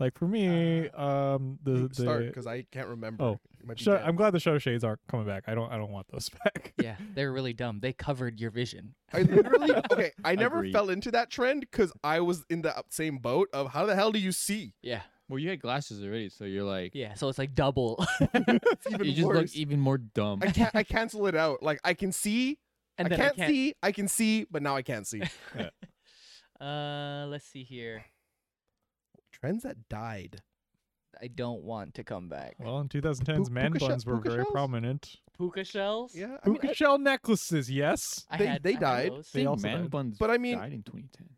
Like for me, um, the Uh, you the start because I can't remember. Oh. It might be Shut- dead. I'm glad the shadow shades aren't coming back. I don't. I don't want those back. yeah they're really dumb they covered your vision I literally okay. I never Agreed. fell into that trend because I was in the same boat of how the hell do you see? yeah Well, you had glasses already, so you're like, yeah so it's like double It's even you just worse. look even more dumb. I can't. I cancel it out. Like I can see. and I then can't, i can't see. I can see, but now I can't see. uh let's see here Trends that died. i don't want to come back Well, in 2010s, Puka man shell- buns were puka very shells? prominent. puka shells Yeah. I mean, Puka shell necklaces, yes. I They- had, they I had died. those. They think also man died. buns But I mean- died in 2010.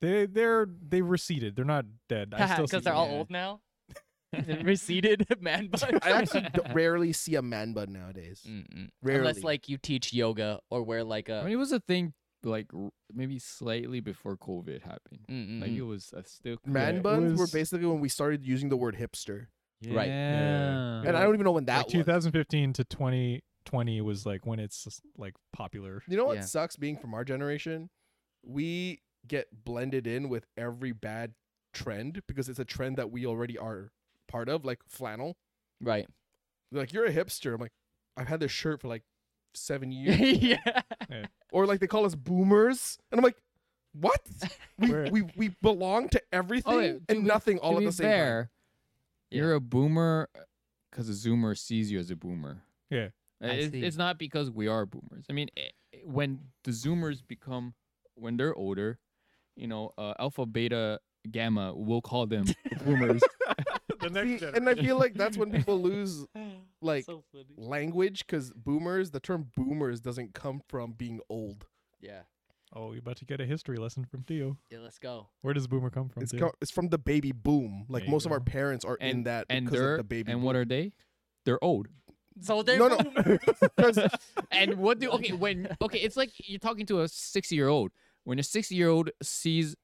They they're they receded. They're not dead. I still see because they're all them. old now They receded man bun I actually d- rarely see a man bun nowadays. Mm-mm. Rarely. Mm, Unless like you teach yoga or wear like I a mean, it was a thing like r- maybe slightly before COVID happened. Mm-mm. Like it was a still man Yeah, it buns were was- basically when we started using the word hipster, Right. Yeah. Uh, and I don't even know when that like was. 2015 to 2020 was like when it's like popular. You know what Yeah. sucks being from our generation? We get blended in with every bad trend because it's a trend that we already are part of, like flannel. right. They're like, you're a hipster. I'm like, I've had this shirt for like seven years. yeah. or like they call us boomers. And I'm like, what? We, We're- we, we belong Oh, to everything yeah, to and be- nothing all to at be the same time. fair, Yeah. You're a boomer because a zoomer sees you as a boomer. Yeah. Uh, I It's, see. it's not because we are boomers. I mean, eh, eh, when the zoomers become, when they're older, you know, uh, alpha, beta, gamma, we'll call them boomers. the See, and I feel like that's when people lose like so funny. language because boomers, the term boomers doesn't come from being old. Yeah. oh, you're about to get a history lesson from Theo. Yeah, let's go. Where does boomer come from? It's, Theo? co- it's from the baby boom. Like There you most of our go. parents are in And- that and because they're of the baby. and boom. what are they? They're old. So they're no, no. 'Cause and what do okay when Okay, it's like you're talking to a 60 year old. When a 60 year old sees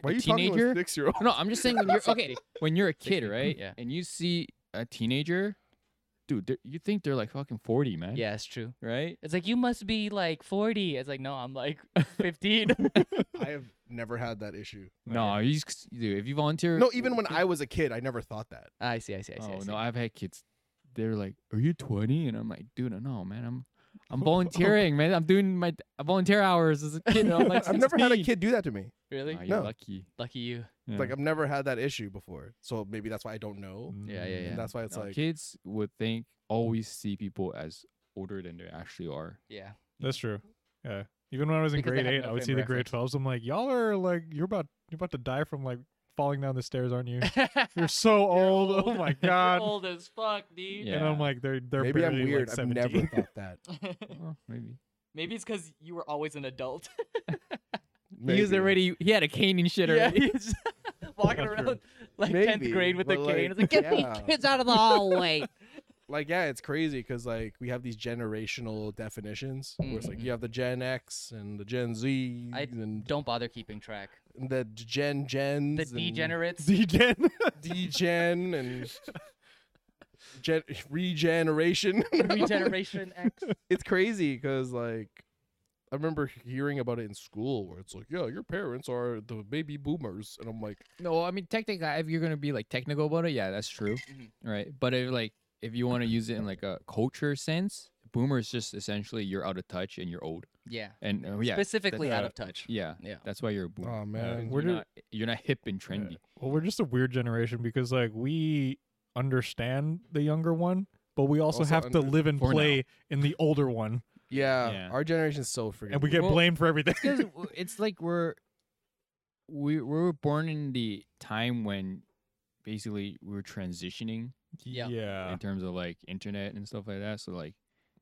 why are A you talking to a teenager? six-year-old? no, I'm just saying when you're okay when you're a kid, 60, right? yeah. And you see a teenager, dude, they're- you think they're like fucking 40, man. Yeah, it's true. Right. It's like you must be like 40. It's like no, I'm like 15. I have never had that issue. No, he's dude. If you volunteer, No, even when I was a kid, I never thought that. I see. I see. I see. I Oh see. no, I've had kids they're like, "Are you 20?" And I'm like, "Dude, no, man. I'm I'm volunteering, man. I'm doing my volunteer hours as a kid. and I'm like I've never had a 16." kid do that to me. Really? Ah, you're No. lucky. Lucky you. Yeah. Like I've never had that issue before. So maybe that's why I don't know. Mm. Yeah, yeah, yeah. And that's why it's No, like kids would think always see people as older than they actually are. Yeah. That's true. Yeah. Even when I was in Because they grade have eight, no I would see frame the grade twelves. I'm like, y'all are like, you're about you're about to die from like falling down the stairs, aren't you? You're so old. Oh my god. old as fuck, dude. Yeah. And I'm like, they're they're maybe I'm barely, like, weird. I've 17. never thought that. Oh, maybe. Maybe it's because you were always an adult. He was Maybe. already. He had a cane and shit already. he's just walking That's true. around like Maybe, tenth grade with a but, like, cane. It's like get yeah. these kids out of the hallway. like yeah, it's crazy because like we have these generational definitions where it's like you have the Gen X and the Gen Z Mm-hmm. I and Don't bother keeping track. the Gen Gens, The and degenerates. Degen. Degen, and gen- regeneration. Regeneration X. it's crazy because like I remember hearing about it in school where it's like, yeah, your parents are the baby boomers, and I'm like, No, I mean technically, if you're gonna be like technical about it, yeah, that's true, Mhm. right? But if like if you want to use it in like a culture sense, boomer is just essentially you're out of touch and you're old, Yeah. and uh, yeah, that's- Specifically out uh, of touch. yeah, Yeah. that's why you're a boomer. oh man, Where you're, do- not, you're not hip and trendy. Well, we're just a weird generation because like we understand the younger one, but we also, Also have to under- live and for now. play in the older one, yeah, Yeah. our generation's so freaking. and we get Well, blamed for everything. because it's like we're we we were born in the time when basically we were transitioning Yeah. yeah. in terms of like internet and stuff like that. So like,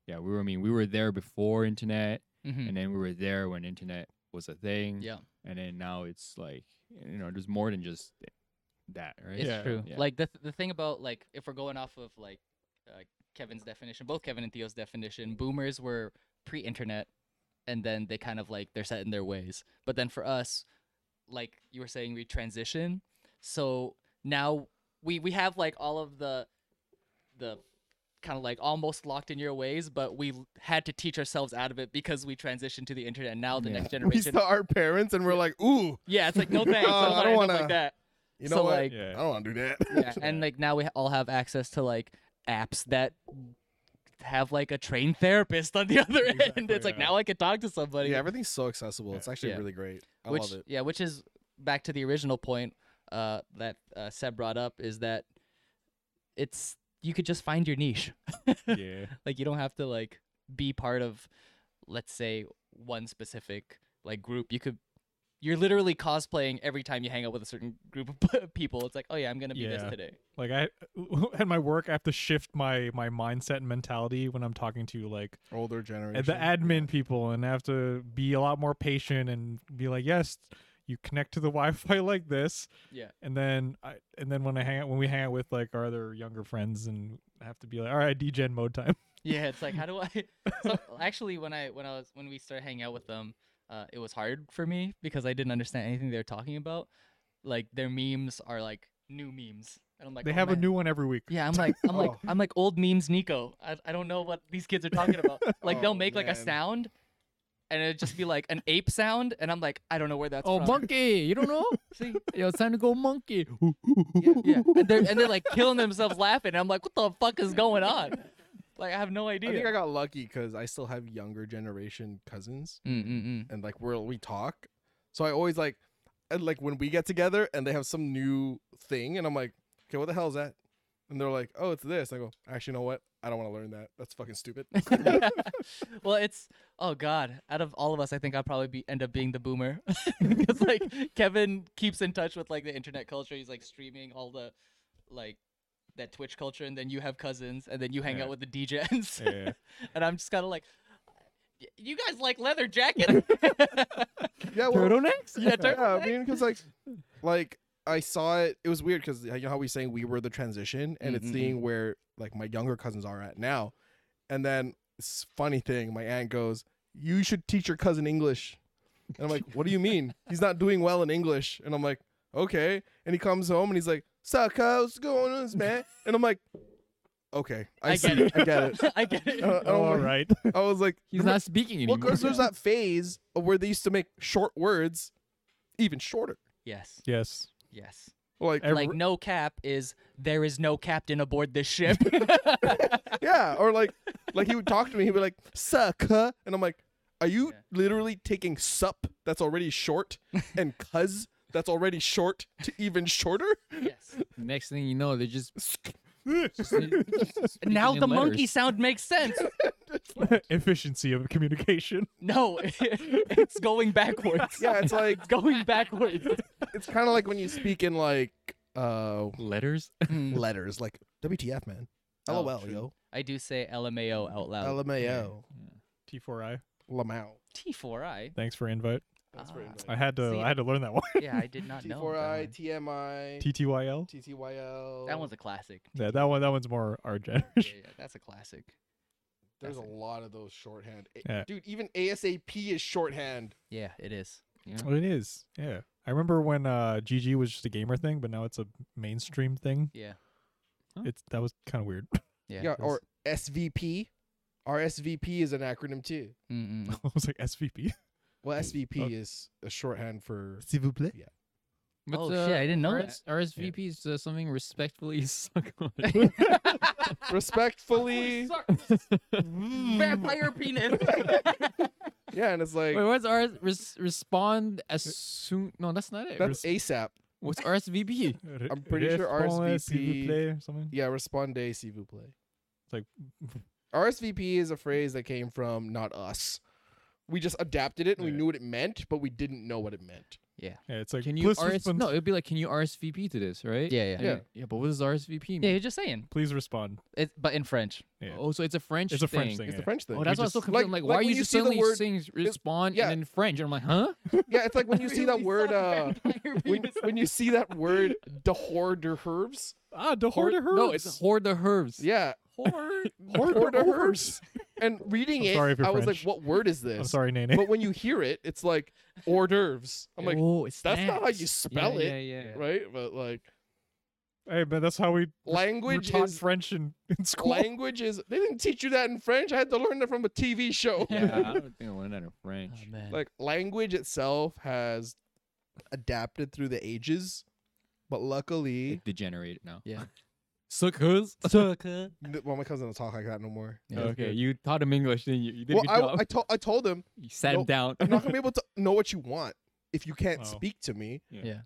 yeah, we were. I mean, we were there before internet, Mhm. and then we were there when internet was a thing. Yeah. and then now it's like you know, there's more than just that, right? It's Yeah. true. Yeah. Like the th- the thing about like if we're going off of like uh, Kevin's definition, both Kevin and Theo's definition, boomers were pre-internet, and then they kind of like they're set in their ways. But then for us, like you were saying, we transition. So now we we have like all of the the kind of like almost locked in your ways, but we l- had to teach ourselves out of it because we transitioned to the internet. Now the Yeah. next we generation, saw our parents, and we're like, ooh, yeah, it's like no thanks, Oh, I don't I want don't to like wanna- that. you know so what? like I yeah. don't want to do that. yeah, and like now we ha- all have access to like apps that have like a trained therapist on the other end. Exactly, It's like yeah. now I could talk to somebody. yeah, everything's so accessible. It's actually Yeah. really great. I which love it. yeah, which is back to the original point uh, that uh, Seb brought up is that it's you could just find your niche. oh. yeah. Like you don't have to like be part of let's say one specific like group. You could you're literally cosplaying every time you hang out with a certain group of people. It's like, oh yeah, I'm gonna be Yeah. this today. Like I at my work, I have to shift my my mindset and mentality when I'm talking to like Older the generation. admin people, and I have to be a lot more patient and be like, yes, you connect to the Wi-Fi like this, Yeah. and then I and then when I hang out when we hang out with like our other younger friends, and I have to be like, all right, DGen mode time. Yeah, it's like how do I? So, actually, when I when I was when we started hanging out with them, uh, it was hard for me because I didn't understand anything they were talking about. Like their memes are like new memes, and I'm like they "Oh, have a man." new one every week. Yeah, I'm like I'm like Oh. I'm like old memes, Nico. I I don't know what these kids are talking about. Like Oh, they'll make like a man. sound, and it'd just be like an ape sound, and I'm like I don't know where that's Oh, from. monkey! You don't know? See? Yo, it's time to go monkey. Yeah, and they're and they're like killing themselves laughing. And I'm like, what the fuck is going on? Like I have no I think I idea. got lucky because I still have younger generation cousins, Mm mm mm. and like we're we talk, so I always like, and like when we get together and they have some new thing, and I'm like, okay, what the hell is that? And they're like, oh, it's this. I go, actually, you know what? I don't want to learn that. That's fucking stupid. well, it's oh god. Out of all of us, I think I'll probably be end up being the boomer because like Kevin keeps in touch with like the internet culture. He's like streaming all the like that Twitch culture, and then you have cousins, and then you hang Yeah. out with the DJs, Yeah. and I'm just kind of like. "Y- You guys like leather jacket? yeah, well, Yeah, yeah, turtlenecks. I mean, because like, like I saw it. It was weird because you know how we saying we were the transition, and Mm, mm, it's seeing where like my younger cousins are at now, and then s- funny thing, my aunt goes, "You should teach your cousin English," and I'm like, "What do you mean? he's not doing well in English," and I'm like, "Okay," and he comes home and he's like, "Sucka, what's going on, man?" and I'm like, "Okay, I, I see get it. I get it." I get it. Uh, uh, All like- right. I was like, He's not speaking Well, anymore. because there's that phase where they used to make short words even shorter. yes, yes. yes. Like, Every- like no cap is there is no captain aboard this ship. yeah, or like, like he would talk to me. He'd be like, "Suck," huh? and I'm like, "Are you literally taking sup that's already short and cuz that's already short to even shorter?" yes. Next thing you know, they're just Now the monkey sound makes sense. efficiency of communication. No, it's going backwards. Yeah, it's like It's going backwards. it's kind of like when you speak in like uh letters. letters, like WTF, man. Oh, LOL, true. Oh, yo. Hmm, I do say LMAO out loud. LMAO. T4I. Lamau. T4I. Thanks for invite. That's I had to See- I had to learn that one. Yeah, I did Ah, not know. that T4I, one. TMI, TTYL. TTYL. That one's a classic. Yeah, that one that one's more our Yeah, generation. yeah, that's a classic. There's a classic. lot of those shorthand. A- Yeah. Dude, even ASAP is shorthand. Yeah, it is. Well, it is. Yeah. I remember when uh GG was just a gamer thing, but now it's a mainstream thing. Yeah. It's that was kind of weird. Yeah, Yeah, or SVP. RSVP is an acronym too. Mm-mm. I was like SVP. Well, SVP Okay. is a shorthand for. S'il vous plaît. Oh, uh, shit, I didn't know that. RSVP is uh, something respectfully suck on. Respectfully. Vampire penis. yeah, and it's like, Wait, what's RS res- respond as soon? No, that's not it. that's ASAP. What's RSVP? I'm pretty sure Respond, s'il RSVP vous plaît, or something. Yeah, respondez, s'il vous plaît. It's like RSVP is a phrase that came from not us. We just adapted it and we Yeah. knew what it meant, but we didn't know what it meant. yeah, it's like Can you please RS? respond. No, it'd be like, can you RSVP to this, right? Yeah, yeah. And Yeah. you- Yeah, but what does RSVP mean? yeah, you're just saying. please respond. It, but in French. Yeah. Oh, so it's a French. It's a French thing. It's yeah. the French thing. Oh, that's why I was so just- confused. like- I'm like, like why are when you you just see the suddenly word- saying respond yeah. and then French? And I'm like, huh? yeah, it's like when you see that word uh when, when you see that word de hors d'oeuvres. Ah, the horde of No, it's horde the herbs. Yeah. Horde. Hors d'oeuvres. And reading I'm it, sorry if you're I was French. like, what word is this? I'm sorry, Nene. But when you hear it, it's like hors d'oeuvres. I'm like, oh, it's that's not how you snacks. spell yeah, it. Yeah, yeah. Right? But like hey, but that's how we were language taught is French in, in school. language is they didn't teach you that in French. I had to learn that from a TV show. yeah, I don't think I learned that in French. Oh, man. like language itself has adapted through the ages but luckily It degenerated now. Yeah. Suckers. th- well my cousin don't talk like that no more Yeah. okay, you taught him English, then you, you did well a good job. I, I, to- I told him you sat him Nope. down. i'm not gonna be able to know what you want if you can't Wow. speak to me Yeah. Yeah.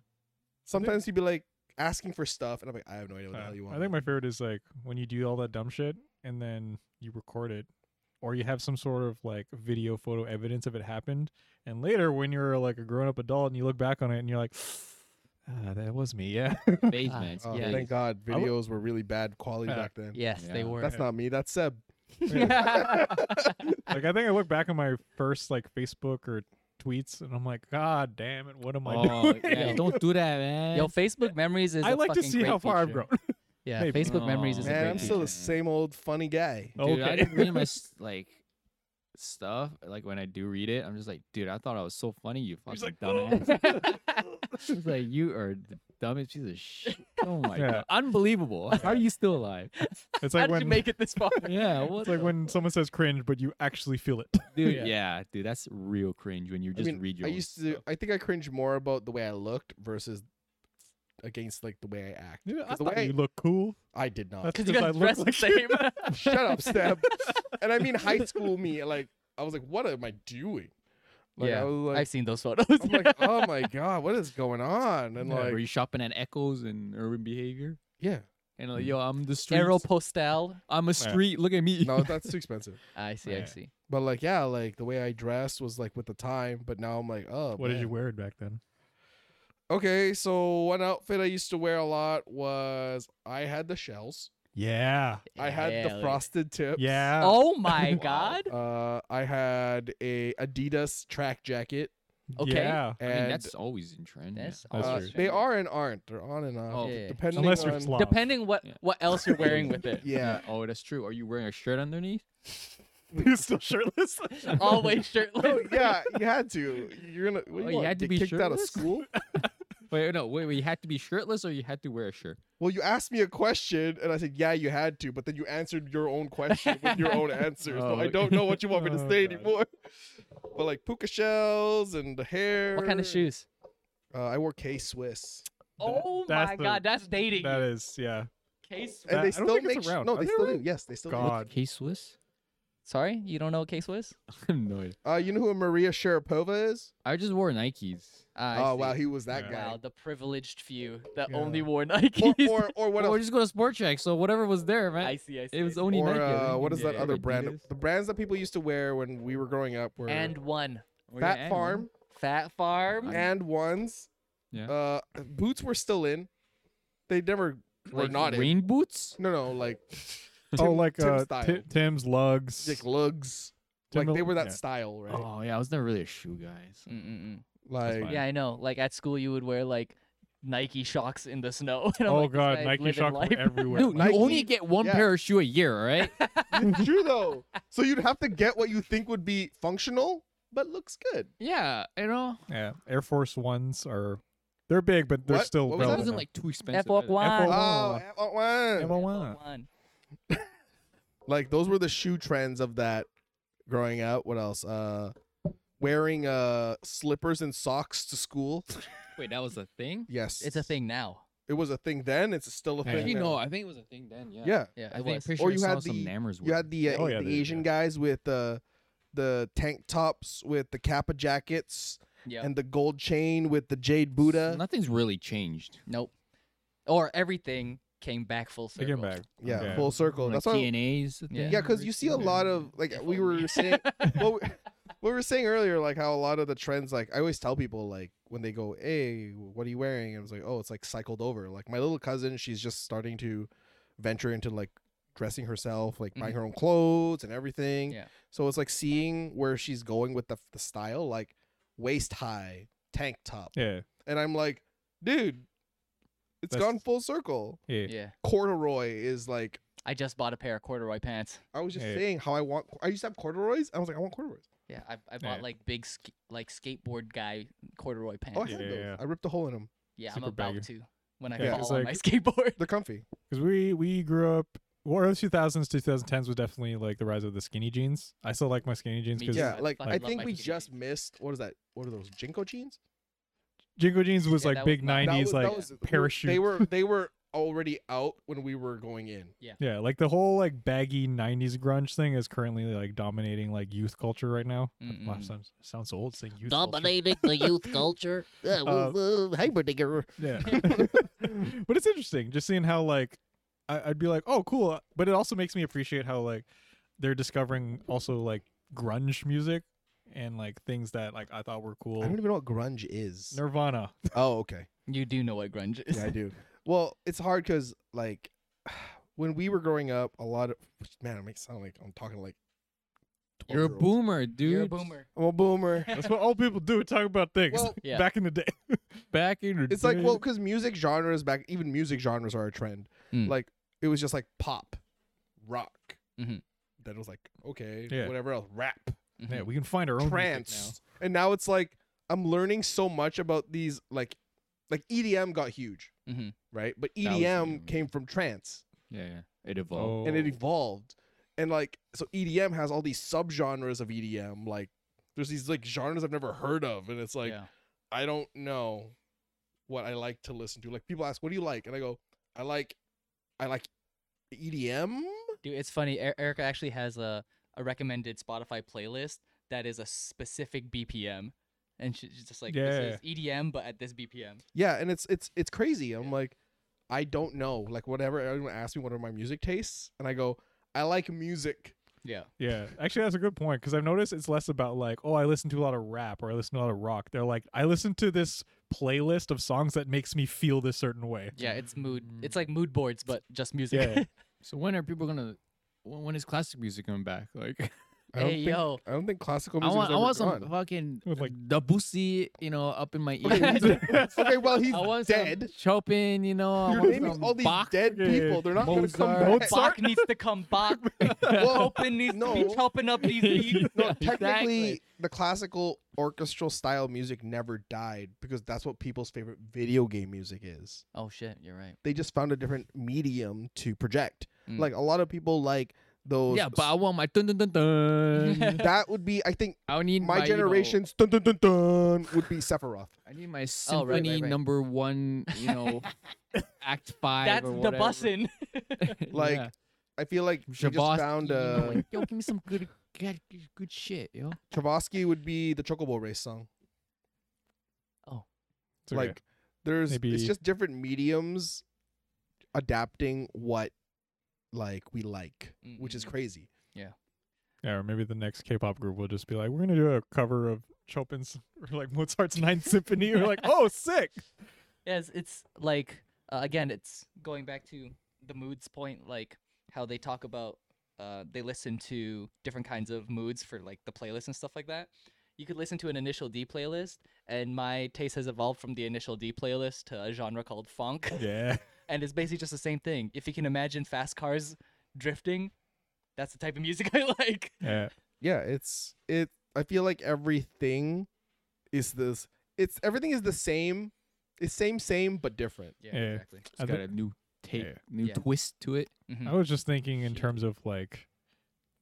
sometimes he'd be like asking for stuff and i'm like i have no idea what the Uh, hell you want I think my favorite is like when you do all that dumb shit and then you record it or you have some sort of like video photo evidence of it happened and later when you're like a grown up adult and you look back on it and you're like ah, that was me yeah Phase, Ah, man. it's oh, yeah. phase. thank god I would- videos were really bad quality Yeah. back then Yes, Yeah. they were. that's not me that's seb like I think I look back on my first like Facebook or tweets and I'm like god damn it what am I doing Oh, yeah, yeah. don't do that, man. Yo, Facebook Memories is. I a like to fucking see great how far I've feature. grown Yeah, Maybe. Facebook Memories is a man great i'm still the feature. same old funny guy dude, I okay didn't read my s- like stuff. Like when I do read it, I'm just like, dude, I thought I was so funny. You fucking He's like, dumbass. it's like you are the dumbest piece of shit. Oh my Yeah. god, unbelievable. How are you still alive? it's How like did you when make it this far? yeah, what it's like the- when someone says cringe but you actually feel it dude? Yeah. Yeah. dude, that's real cringe when you I just mean, read your. I own used to. stuff. I think I cringe more about the way I looked versus against like the way I act. yeah, I 'Cause the thought way you look cool I did not. that's Because you because I guys look dress the same. like Shut up, Stab. and I mean high school me. Like I was like, what am I doing? Like, yeah, I was I've like, seen those photos. I'm like, oh my god, what is going on? And Yeah, like, Were you shopping at Echoes and Urban Behavior? yeah, And Mm. like, yo, I'm the street. Aeropostale. I'm a street. Look at me. no, that's too expensive. I see. I Yeah. see. But like, yeah, like the way I dressed was like with the time. But now I'm like, oh, what did you man. wear back then Okay, so one outfit I used to wear a lot was I had the shells. yeah I had Hell the yeah. frosted tips. yeah Oh my God. Uh, I had a Adidas track jacket, Okay. Yeah. I and mean, that's always in trend. yeah. That's That's uh, true. they are and aren't. They're on and off, Oh, Yeah, yeah. depending Unless on. you're slow. Depending what Yeah. what else you're wearing with it. yeah, Oh, that's true. Are you wearing a shirt underneath? He's still shirtless. Always shirtless. Oh, yeah, you had to. You're gonna. What do you, Oh, you want, had get to be kicked out of shirtless? school. Wait, no, wait, wait. You had to be shirtless or you had to wear a shirt? well, you asked me a question, and I said, "Yeah, you had to," but then you answered your own question with your own answer. so Oh, I don't know what you want me to oh, say God. anymore. But like puka shells and the hair. What kind of shoes? Uh, I wore K Swiss. Oh That's my the- god, that's dating. That is, yeah. Case. and I they don't still think it's make sh- around. no, Are they they still do. Yes, they still God. K Swiss? Sorry, you don't know Case was? no idea. do. Uh, you know who Maria Sharapova is? I just wore Nikes. oh wow, he was that Yeah. guy. Ah, Wow, the privileged few that Yeah. only wore Nikes. Or, or or Well, what else? we Oh, just go to Sport Check, so whatever was there, man. I see, I see. It I was see. only or Nike. I uh, think. what is that Yeah, other Adidas. brand? The brands that people used to wear when we were growing up were and one. Oh, yeah, Fat and one. Farm Fat Farm. and ones. Yeah. Uh, boots were still in. They never were Like not in. rain boots. No, no, like oh, Tim- like Tim uh, style. Ti- Tim's lugs. like lugs. Tim like they Mil- were that yeah. style, right? Oh yeah, I was never really a shoe guy. so- Mm. Mm-mm-mm. like fine. Yeah, I know. Like at school, you would wear like Nike shocks in the snow. And I'm oh like, this god, guy's Nike living shocks were life. everywhere. Dude, Nike- you only get one yeah. pair of shoe a year, all right? it's true though. So you'd have to get what you think would be functional but looks good. yeah, you know. yeah, Air Force Ones are they're big, but they're What? still What was that? But it relevant. wasn't like too expensive. F Walk either. One. F Walk Oh, F1 one. Number F one. Walk One. like those were the shoe trends of that growing up. What else? Uh wearing uh slippers and socks to school. Wait, that was a thing? Yes. It's a thing now. It was a thing then, it's still a Yeah. thing. Actually, now. no, I think it was a thing then. Yeah. Yeah. Yeah, I it think was. pretty Or sure I you saw had some the- Namers You had the uh, Oh, yeah, the they did, Asian yeah. guys with uh the tank tops with the kappa jackets Yeah. and the gold chain with the jade Buddha. Nothing's really changed. Nope. Or everything came back full circle. Again, back. yeah, Okay. full circle. Like That's why TNAs. Yeah. Yeah, because you see a lot of like If we only. were saying, well, we, we were saying earlier, like how a lot of the trends, like I always tell people, like when they go, "Hey, what are you wearing?" and it's like, "Oh, it's like cycled over." Like my little cousin, she's just starting to venture into like dressing herself, like buying her own clothes and everything. Mm-hmm. Yeah. So it's like seeing where she's going with the the style, like waist high, tank top, Yeah, and I'm like, dude, it's That's- gone full circle. yeah. Yeah. Corduroy is like I just bought a pair of corduroy pants. I was just Yeah. saying how I want. I used to have corduroys. I was like, I want corduroys. Yeah, I, I bought Yeah. like big sk- like skateboard guy corduroy pants. Oh, I yeah, had Yeah, those. yeah. I ripped a hole in them. I'm Super about baggy. to when I Yeah, fall it's on like- my skateboard. They're comfy. Because we we grew up. Well, early 2000s, 2010s was definitely like the rise of the skinny jeans. I still like my skinny jeans Me because too. Yeah, I like fucking I love think my we skinny just jeans. missed. What is that? What are those Jinko jeans? jingle jeans was Yeah, like that was big mine. That 90s, was- that like was- they were- parachute. They were they were already out when we were going in. yeah, like the whole like baggy 90s grunge thing is currently like dominating like youth culture right now. Wow, Mm-mm. sounds, sounds old saying youth culture. Dominating the youth culture. Yeah, Uh, well, uh, hey, Berdiger. Yeah. but it's interesting just seeing how like I, I'd be like, oh, cool. But it also makes me appreciate how like they're discovering also like grunge music and like things that like I thought were I don't cool. even know what grunge is. Nirvana. Oh, okay. You do know what grunge is. Yeah, I do. Well, it's hard because like when we were growing up, a lot of man, I make it sound like I'm talking like. You're a 12-year-olds. boomer, dude. You're a boomer. I'm a boomer. That's what old people do. Talk about things Well- Yeah. back in the day. Back in the It's like day. well, because music genres back, even music genres are a trend. Mm. Like it was just like pop, rock. Mhm. Then it was like okay, Yeah. whatever else, rap, yeah, we can find our own music trance, and now it's like I'm learning so much about these like, like EDM got huge, Mhm. right? But was E EDM EDM. came from trance, yeah, yeah. It now. evolved. Oh. and it evolved, and like so EDM has all these subgenres of EDM. Like there's these like genres I've never heard of, and it's like yeah. I don't know what I like to listen to. Like people ask, "What do you like?" and I go, "I like, I like E EDM." Dude, it's funny. E- Erica actually has a, a recommended Spotify playlist that is a specific BPM. And she- she's just like, this is EDM, but at this BPM. Yeah, and it's it's it's crazy. I'm like, I don't know. Like whatever everyone asks me, what are my music tastes, and I go, I like music. Yeah. Yeah, actually, that's a good point because I've noticed it's less about like, oh, I listen to a lot of rap or I listen to a lot of rock. They're like, I listen to this playlist of songs that makes me feel this certain way. Yeah, it's mood. It's Mm. like mood boards, but just music. Yeah. So when are people gonna? When, when is classic music coming back? Like, I don't Hey, think, yo. I don't think classical I music want, I was want ever some gone. fucking With, like- the Debussy, you know, up in my ear. Yeah. okay, well I want he's some dead. Chopin, you know. I You're want naming some all these Bach. dead yeah, yeah. people. They're not going to come Mozart. back. Bach needs to come back. Well, Open needs to no. be chopping up these beats. no, technically, Exactly. the classical orchestral style music never died because that's what people's favorite video game music is. Oh, shit. You're right. They just found a different medium to project. Mm. Like a lot of people like those Yeah, but I want my dun dun dun dun. that would be I think I need my you know, generation's dun dun dun dun would be Sephiroth. I need my Oh, symphony right, right, right. number one, you know, act five. That's or the whatever. bussin. Like Yeah. I feel like we just Javoski, found you know, uh like, yo, give me some good, good, good shit, yo. Tchaikovsky would be the Chocobo race song. It's okay. Like there's it's Maybe- just different mediums adapting what like we like, which is Mm, mm, mm. crazy. yeah, or maybe the next K-pop group will just be like, we're gonna do a cover of Chopin's or like Mozart's Ninth Symphony. We're like, oh, sick. Yes, it's like uh, again, it's going back to the moods point, like how they talk about uh, they listen to different kinds of moods for like the playlist and stuff like that. You could listen to an initial D playlist, and my taste has evolved from the initial D playlist to a genre called funk, Yeah. and it's basically just the same thing. If you can imagine fast cars drifting, that's the type of music I like. Yeah. yeah it's it i feel like everything is this it's everything is the same it's same same but different Yeah, Yeah. exactly. I It's got thi- a new take, Yeah. new Yeah. twist to it. Mhm. I was just thinking in terms of like,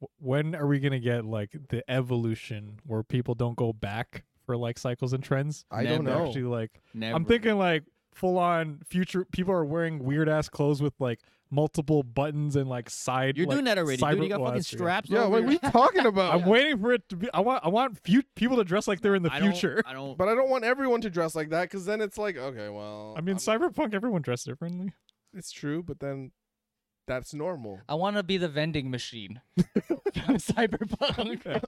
w- when are we gonna get like the evolution where people don't go back for like cycles and trends? i don't Never. know Actually, like Never. I'm thinking like full on future people are wearing weird ass clothes with like multiple buttons and like side. You're like, doing that already. cyber Dude, you got fucking glasses. straps. yeah over what are your- we talking about I'm waiting for it to be. I want. I want few people to dress like they're in the I don't- future. I don't. but i don't want everyone to dress like that because then it's like okay well I mean, I'm- cyberpunk. Everyone dressed differently. it's true but then that's normal I want to be the vending machine from Cyberpunk.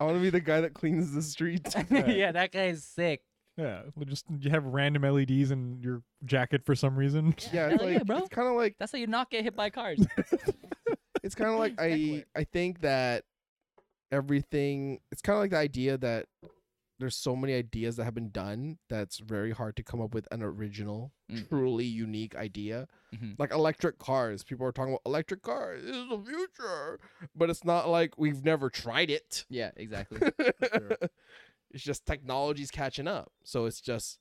i want to be the guy that cleans the street yeah, that guy is sick. Yeah, we just you have random LEDs in your jacket for some reason. yeah it's Hell like yeah, bro. it's kind of like That's how you not get hit by cars. it's kind of like I Exactly. I think that everything it's kind of like the idea that there's so many ideas that have been done that's very hard to come up with an original Mm. truly unique idea Mhm. like electric cars people are talking about electric cars this is the future but it's not like we've never tried it yeah, exactly. it's just technology's catching up so it's just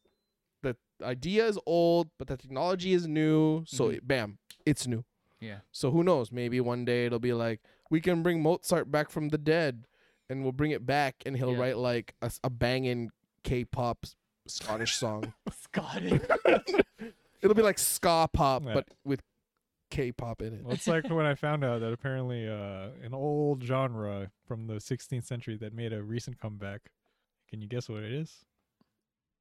the idea is old but the technology is new so Mhm. it- bam it's new Yeah. so who knows? Maybe one day it'll be like we can bring Mozart back from the dead, and we'll bring it back, and he'll Yeah. write like a, s- a banging K-pop s- Scottish song. Scottish. it'll be like ska pop, Yeah. but with K-pop in it. Well, it's like when I found out that apparently uh, an old genre from the 16th century that made a recent comeback. Can you guess what it is?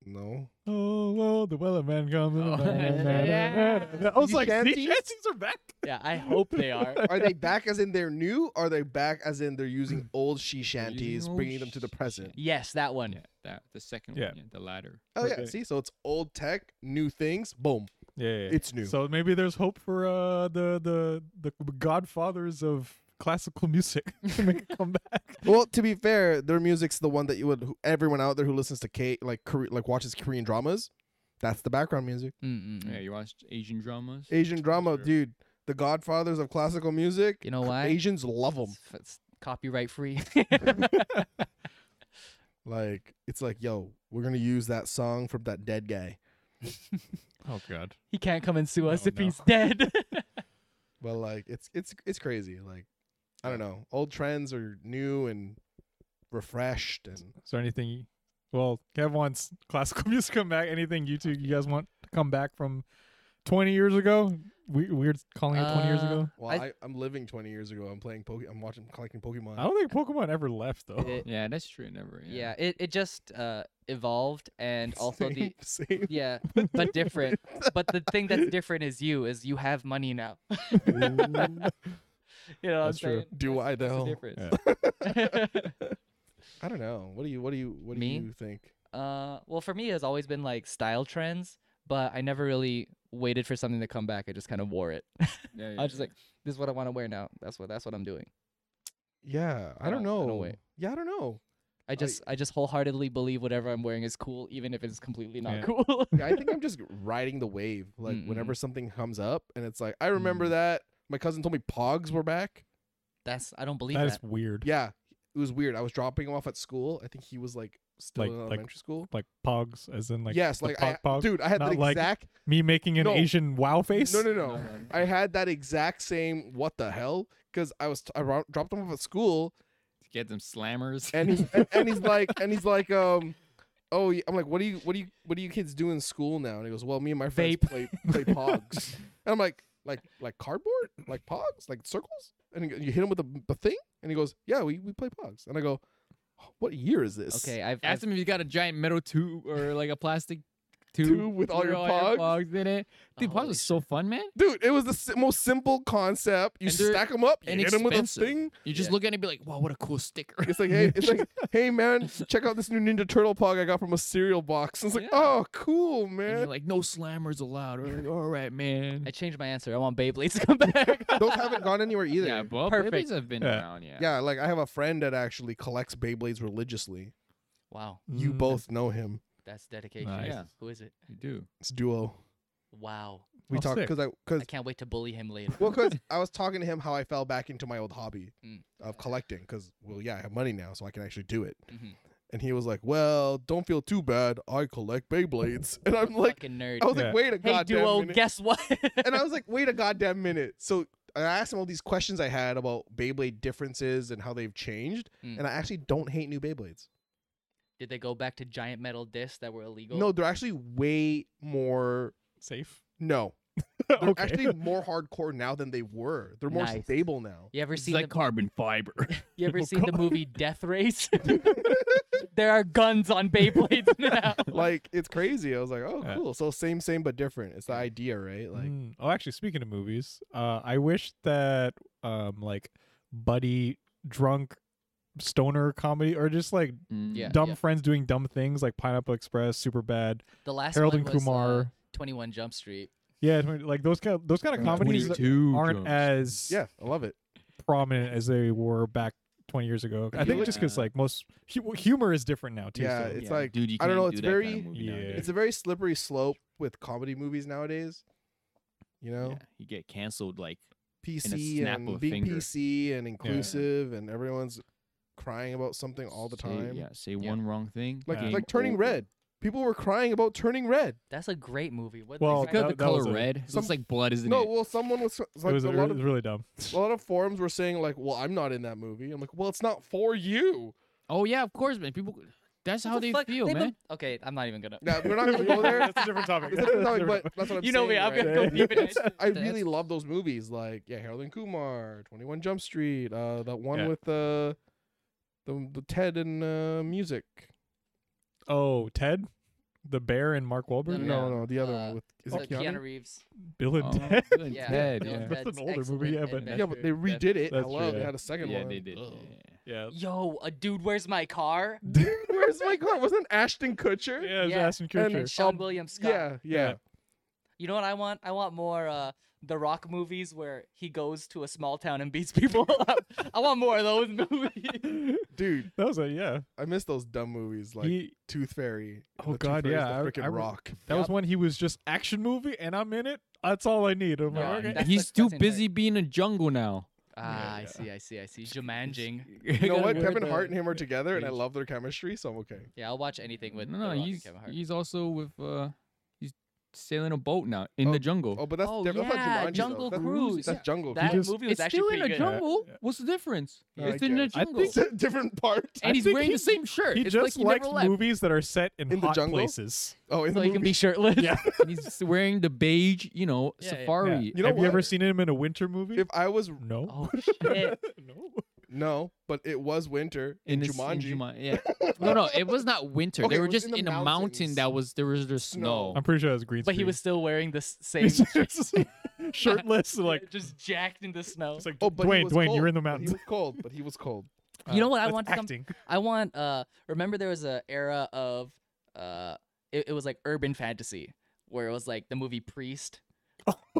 No, Oh, well, the Weller Man comes. Oh. I was You like, can't these see- chances are back. yeah, I hope they are. are they back as in they're new? Are they back as in they're using old she shanties, old bringing them to the she present? Yes, that one. Yeah, that the second Yeah. one, yeah, the latter. Oh yeah, Okay. see, so it's old tech, new things, boom, Yeah, yeah, yeah. it's new. So maybe there's hope for uh, the the the godfathers of classical music to make a comeback. well, to be fair, their music's the one that you would who- everyone out there who listens to K like Kore- like watches Korean dramas. That's the background music. Mm-mm. Yeah, you watched Asian dramas. Asian drama, Sure. dude. The godfathers of classical music. You know why? Asians love them. It's, it's copyright free. Like it's like, yo, we're gonna use that song from that dead guy. Oh God. he can't come and sue us No, if no. he's dead. But like, it's it's it's crazy. Like, I don't know. Old trends are new and refreshed, and Is there anything? you- Well, Kev wants classical music to come back. Anything you two, you guys want to come back from 20 years ago? We, weird calling it 20 years Uh, ago. well, I- I, I am living 20 years ago. I'm playing Poke. I'm watching collecting Pokemon. I don't think Pokemon ever left though. It- Yeah, that's true. Never. yeah, it, it just uh, evolved and also the. same, same. Yeah, but different. But the thing that's different is you, is you have money now. you know what I'm That's true. saying? Do I That's the though? difference. Yeah. I don't know. What do you what do you what do Me? you think? Uh, well, for me, it's always been like style trends, but I never really waited for something to come back. I just kind of wore it. yeah, I was just like, this is what I want to wear now. That's what that's what I'm doing. Yeah, I, don't don't- I know. don't wait. yeah, I don't know. I just I, just wholeheartedly believe whatever I'm wearing is cool, even if it's completely not Yeah. cool. Yeah, I think I'm just riding the wave. Like Mm, mm, whenever something comes up, and it's like I remember that my cousin told me Pogs were back. that's I don't believe that that. is weird. Yeah, it was weird. I was dropping him off at school. I think he was like still Like- in like, elementary school. Like pogs, as in like yes, the like pog, I, pog. dude, I had that not like exact. me making an No. Asian wow face. no, no, No, no. no, no. I had that exact same. What the hell? because I was I ro- dropped him off at school, Get them slammers. and he's and, and he's like and he's like um. Oh, yeah. I'm like, what do you, what do you, what do you kids do in school now? And he goes, well, me and my friends Vape. play play pogs. and I'm like, like, like cardboard, like pogs, like circles. And he go- you hit him with a, a thing, and he goes, yeah, we, we play pogs. And I go, what year is this? Okay, I've, I've Ask them if you got a giant metal tube or like a plastic tube, Tube with all your pogs. in it. Dude, pogs Holy was so fun, man. dude, it was the si- most simple concept. You And they're stack them up, you hit them with a inexpensive. thing. You just Yeah. look at it and be like, "Wow, what a cool sticker." It's like, hey, it's like, hey, man, check out this new Ninja Turtle pog I got from a cereal box. It's like, Yeah. oh, cool, and man. you're like, "No slammers allowed." We're like, "All right, man." I changed my answer. I want Beyblades to come back. Those haven't gone anywhere either. Yeah, Yeah. well, Perfect. babies have been Yeah. around. Yeah. like I have a friend that actually collects Beyblades religiously. wow, You Mm. both know him. that's dedication. Nice. Yeah. Who is it? you do. It's duo. Wow, We Oh, talked sick. because I because I can't wait to bully him later. well because I was talking to him how I fell back into my old hobby Mm. of collecting because well yeah I have money now so I can actually do it Mhm. and he was like well don't feel too bad I collect Beyblades and I'm like oh, Fucking nerd. I was Yeah. like wait a hey, goddamn duo, minute guess what? and I was like, wait a goddamn minute. So I asked him all these questions I had about Beyblade differences and how they've changed. Mm. And I actually don't hate new Beyblades. Did they go back to giant metal discs that were illegal? No, they're actually way more. Safe. No, they're okay. actually more hardcore now than they were. They're more Nice. stable now. You ever It's seen like the, carbon fiber. you ever Oh, seen the God. movie Death Race? there are guns on Beyblades now. Like it's crazy. I was like, oh, Yeah. cool. So same, same, but different. It's the idea, right? Like, Mm. oh, actually, speaking of movies, uh, I wish that um, like buddy drunk stoner comedy or just like Yeah, dumb yeah. friends doing dumb things like Pineapple Express, Super Bad, the last Harold one and was, uh, Kumar. 21 Jump Street. Yeah, twen- like those kind of, those kind of comedies that Twenty-two aren't jumps. as yeah, I love it. prominent as they were back 20 years ago. I You think look- just because like most hu- humor is different now too. Yeah, so- it's like dude, you I don't can't know. do it's that very, Kind of movie Yeah. nowadays. it's a very slippery slope with comedy movies nowadays. You know, Yeah, you get canceled like PC snap of and a being finger. PC and inclusive, and everyone's crying about something all the say- time. Yeah, say one wrong thing. Like Yeah. game like turning over. red. People were crying about turning red. That's a great movie. What Well, It's got That- the that was color a- red. It looks some- like blood, isn't No, it? well, someone was it's like it was, a it lot was of really dumb. a lot of forums were saying like, "Well, I'm not in that movie." I'm like, "Well, it's not for you." Oh yeah, of course, man. People. That's how they feel, man. okay, I'm not even gonna. Now, we're not gonna go there. That's a different topic. It's a different topic, but that's what I'm you know me. saying, I'm right? gonna go deep in it. I really love those movies, like yeah, Harold and Kumar, Twenty One Jump Street, uh, that one Yeah. with uh, the the Ted and uh, music. oh, Ted, the bear, and Mark Wahlberg. Yeah. No, Uh-huh. no, the other Uh, one with is the it Keanu? Keanu? Reeves. Bill and Oh, Ted. Bill and Yeah, Ted, Bill and yeah. That's Ted's an older excellent movie, yeah, and but- that's Yeah, but they true. That's- redid it. I That's love true, they yeah. had a second Yeah, one. they did. Ugh. Yeah. Yo, a dude, where's my car? Dude, where's my car? Wasn't Ashton Kutcher? Yeah, it was Yeah, Ashton and Kutcher. And Sean um, William Scott. yeah, yeah. You know what I want? I want more uh The Rock movies where he goes to a small town and beats people up. I want more of those movies. Dude, That was a yeah. I miss those dumb movies like he, Tooth Fairy. Oh, God, yeah, I- the freaking I re- rock. that was when he was just action movie, and I'm in it. That's all I need. I'm No, like, okay. that's- He's that's too insane. busy being a jungle now. Ah, I yeah. see, I see, I see. Jumanjing. You know what? uh, Kevin Hart and him are together, and I love their chemistry, so I'm okay. Yeah, I'll watch anything with no, The no, Rock and he's Kevin Hart. he's also with uh, he's sailing a boat now in the jungle. Oh, but that's Oh, different. that's yeah, not Jumanji, though. Jungle that's, Cruise. That's Yeah. Jungle that Cruise. just- movie was it's actually still in pretty a good. jungle. Yeah. What's the difference? No, it's I in a guess. I jungle, It's a different part. and I he's think wearing he- the same shirt. He it's just like he likes never left. movies that are set in, In the hot jungle? places. Oh, in So the he movie. can be shirtless. Yeah. and he's wearing the beige, you know, Yeah, yeah. safari. Yeah. You know Have you ever what? seen him in a winter movie? if I was no. Oh shit. no. no, but it was winter in, In, this- Jumanji. in Juma- yeah. No, no, it was not winter. Okay, they it were was just in the in a mountain mountains. that was there was there's snow. Snow. I'm pretty sure that was green But he screen. was still wearing the s- same He's just shirtless, like just jacked in the snow. it's like Oh, but he Dwayne, was Dwayne, cold. you're in the But He mountains. was cold, but he was cold. you know what I uh, That's want? Some, acting. I want. Uh, remember there was a era of, uh, it, it was like urban fantasy where it was like the movie Priest.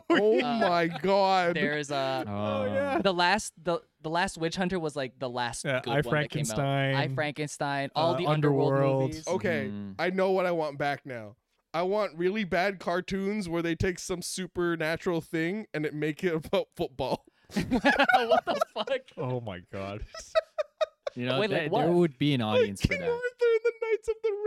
Oh Uh, my god. There is uh, Oh, yeah. the last the the last Witch Hunter was like the last Yeah, good I one that came out. I Frankenstein. Frankenstein, all uh, the underworld, Underworld. movies. Okay, Mm. I know what I want back now. I want really bad cartoons where they take some supernatural thing and it make it about football. what the fuck? Oh my god. You know, Wait, like there- what? there would be an Like audience for King that. Arthur and the Knights of the Round.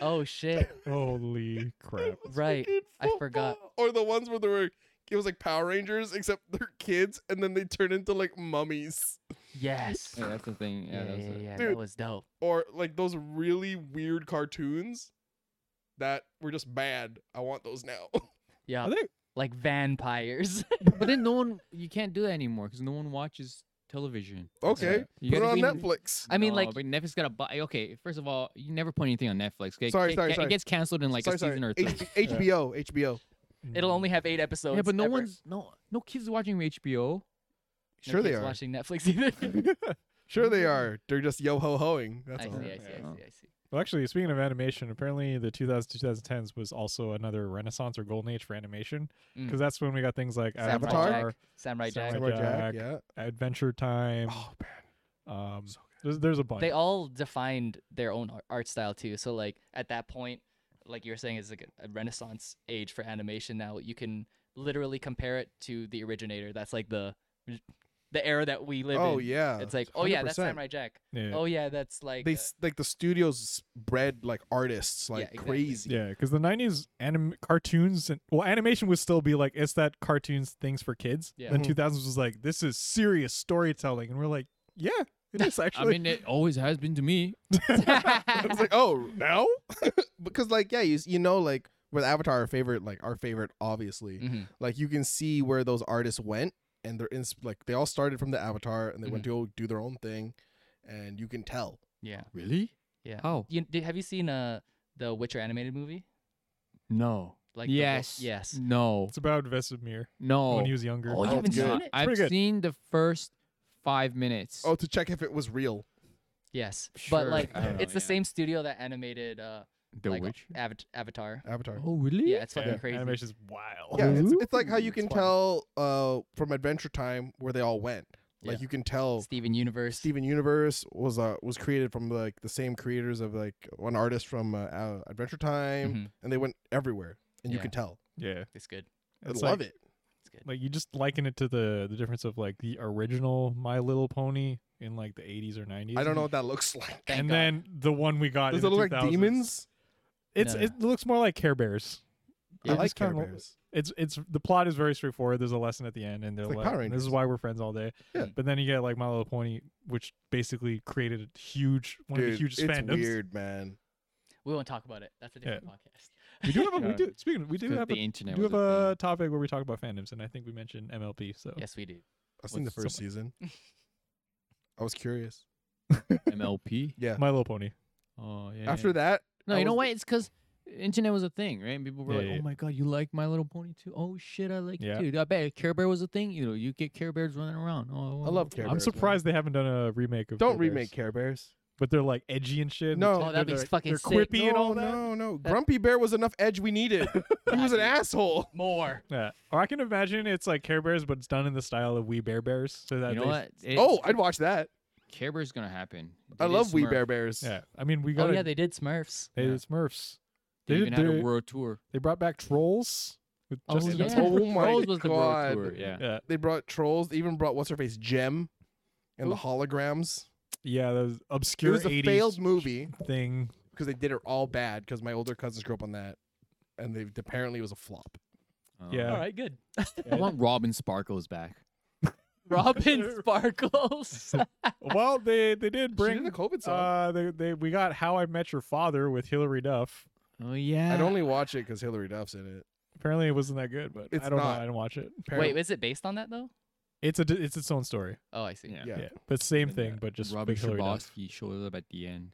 Oh shit! Holy crap. It was Right, freaking I forgot. football. Or the ones where they were it was like Power Rangers except they're kids and then they turn into like mummies Yes. Yeah, that's the thing. Yeah, Yeah, yeah, that's yeah, it. that Dude. was dope. or like those really weird cartoons that were just bad. I want those now. Yeah, Are they like vampires. But then no one, you can't do that anymore because no one watches television. okay, You put it gotta on be- Netflix. I mean, like- but Netflix gotta buy. Okay, first of all, you never put anything on Netflix. It, Sorry, it, sorry, it sorry. gets canceled in like sorry, a season sorry. or two. H- HBO, HBO. It'll only have eight episodes. yeah, but no ever. one's no no kids watching HBO. No Sure they kids are. watching Netflix either. Sure they are. They're just yo ho hoing. I That's see, all. I see, I see, Yeah. I see. Well, actually, speaking of animation, apparently the 2000s, 2010s was also another renaissance or golden age for animation because Mm. that's when we got things like Samurai Avatar, Jack. Samurai Jack. Samurai Samurai Jack, Jack. Yeah. Adventure Time. Oh man. um, so there's, there's a bunch. They all defined their own ar- art style too. So like at that point, like you were saying, is like a a renaissance age for animation. Now you can literally compare it to the originator. That's like the the era that we live Oh in. yeah. It's like, oh yeah, that's 100%. Samurai Jack. yeah. Oh yeah, that's like they uh, s- like the studios bred like artists like exactly. crazy. Yeah, because the '90s anim- cartoons and well, animation would still be like it's that cartoons things for kids. Yeah. Then Mhm. 2000s was like this is serious storytelling, and we're like, yeah, it is I actually. mean, it always has been to me. it's like oh now because like yeah you s- you know like with Avatar our favorite like our favorite obviously mhm. like you can see where those artists went and they're in like they all started from the Avatar and they went to Mm-hmm. go do their own thing and you can tell yeah. Really? Yeah. How? You, did, have you seen uh the Witcher animated movie? No. Like the wo- yes. Mm. yes. No. it's about Vesemir No. when he was younger. Oh, you good. haven't seen it? I've pretty good. seen the first five minutes. oh to check if it was real Yes. Sure, But like I don't know, it's the yeah. same studio that animated uh The like, Witch. Avat- Avatar. Avatar Oh, really? Yeah, it's fucking Yeah, crazy. Animation's wild. yeah it's, Ooh. it's like how you It's can Oh, wild. tell uh from Adventure Time where they all went like Yeah. you can tell Steven Universe. Steven Universe was uh was created from like the same creators of like one artist from uh, uh, Adventure Time, Mhm. and they went everywhere, and you Yeah. can tell. Mm-hmm. yeah. It's good. I It's love like, it. Like you just liken it to the the difference of like the original My Little Pony in like the 80s or 90s. I don't know what that looks like. Thank and God. then the one we got. Does in it the look like 2000s. demons? It's No, it looks more like Care Bears. I It's like just Care kinda lo- Bears. it's it's the plot is very straightforward. There's a lesson at the end, and they're like like, Power "This Rangers. is why we're friends all day." Yeah. But then you get like My Little Pony, which basically created a huge one of the Dude, hugest it's fandoms. weird, man we won't talk about it. That's a Yeah. different podcast. We do have a, we Yeah. do speaking of- we do 'Cause have the a, internet. do was have a a thing. topic where we talk about fandoms, and I think we mentioned MLP. So Yes, we do. I've seen the What's first season. I was curious. MLP. Yeah. My Little Pony. Oh yeah. After yeah. that, No, I you know was- why? It's because internet was a thing, right? And people were Yeah, like, yeah, yeah. "Oh my god, you like My Little Pony too? Oh shit, I like Yeah. it too. I bet Care Bear was a thing. You know, you get Care Bears running around. Oh, I love Care I'm Bears, man. surprised they haven't done a remake of. Don't Care Bears. remake Care Bears. but they're like edgy and shit. and No. they're- Oh, that'd be they're, fucking they're sick. quippy and no, all that. no, no. Grumpy Bear was enough edge we needed. he was an Oh, asshole. More. Yeah. Or I can imagine it's like Care Bears, but it's done in the style of We Bear Bears. So that You know they- what? It- Oh, I'd watch that. Care Bear's gonna happen. I They did love Wee Smurf. Bear Bears. Yeah. I mean, we got Oh yeah, they did Smurfs. they yeah. did Smurfs. They, They even did had a the- world tour. They brought back trolls with Oh, Justin yeah. Timberlake. Oh my Trolls was the God. world tour. Yeah. Yeah, They brought trolls. They even brought what's her face Gem, and the holograms. yeah, those It obscure was a 80s failed movie thing. because they did it all bad because my older cousins grew up on that, and they apparently it was a flop. Oh. Yeah. All right, good. I want Robin Sparkles back. Robin Sparkles. Well, they they did Bring bring the COVID song. uh they, they we got How I Met Your Father with Hilary Duff. Oh yeah. I'd only watch it because Hillary Duff's in it. Apparently, it wasn't that good, but It's I don't know. not. I didn't watch it. Wait, Apparently- is it based on that though? It's a d- it's its own story. Oh, I see. Yeah. yeah. Yeah, but same And, thing, uh, but just Robin with Hilary Duff. Schabowski shows up at the end.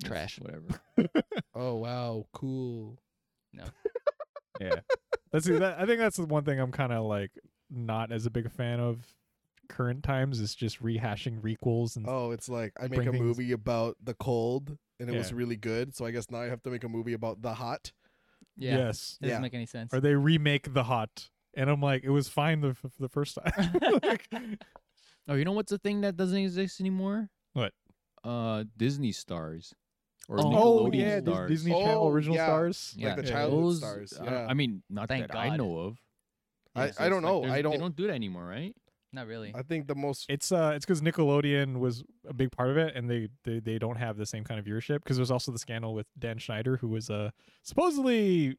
It's Trash. Whatever. Oh wow, cool. Yeah, let's see. That, I think that's the one thing I'm kind of like not as a big fan of current times is just rehashing requels and Oh, it's like I make Mm. Bring a things- movie about the cold, and it was Yeah. really good. So I guess now I have to make a movie about the hot. Yeah. yes, It doesn't Yeah. make any sense. or they remake the hot, and I'm like, it was fine the f- the first time. Like, Oh, you know what's the thing that doesn't exist anymore? What? Uh, Disney stars or Oh Nickelodeon yeah, Dis- stars. Disney Channel Oh, original yeah. stars. like the childhood stars, I don't- yeah. I mean, not Thank that I God. know of. I- It's I don't just like know. there's- I They don't- don't do that anymore, right? Not really. I think the most. It's uh, it's because Nickelodeon was a big part of it, and they they, they don't have the same kind of viewership because there's also the scandal with Dan Schneider, who was uh supposedly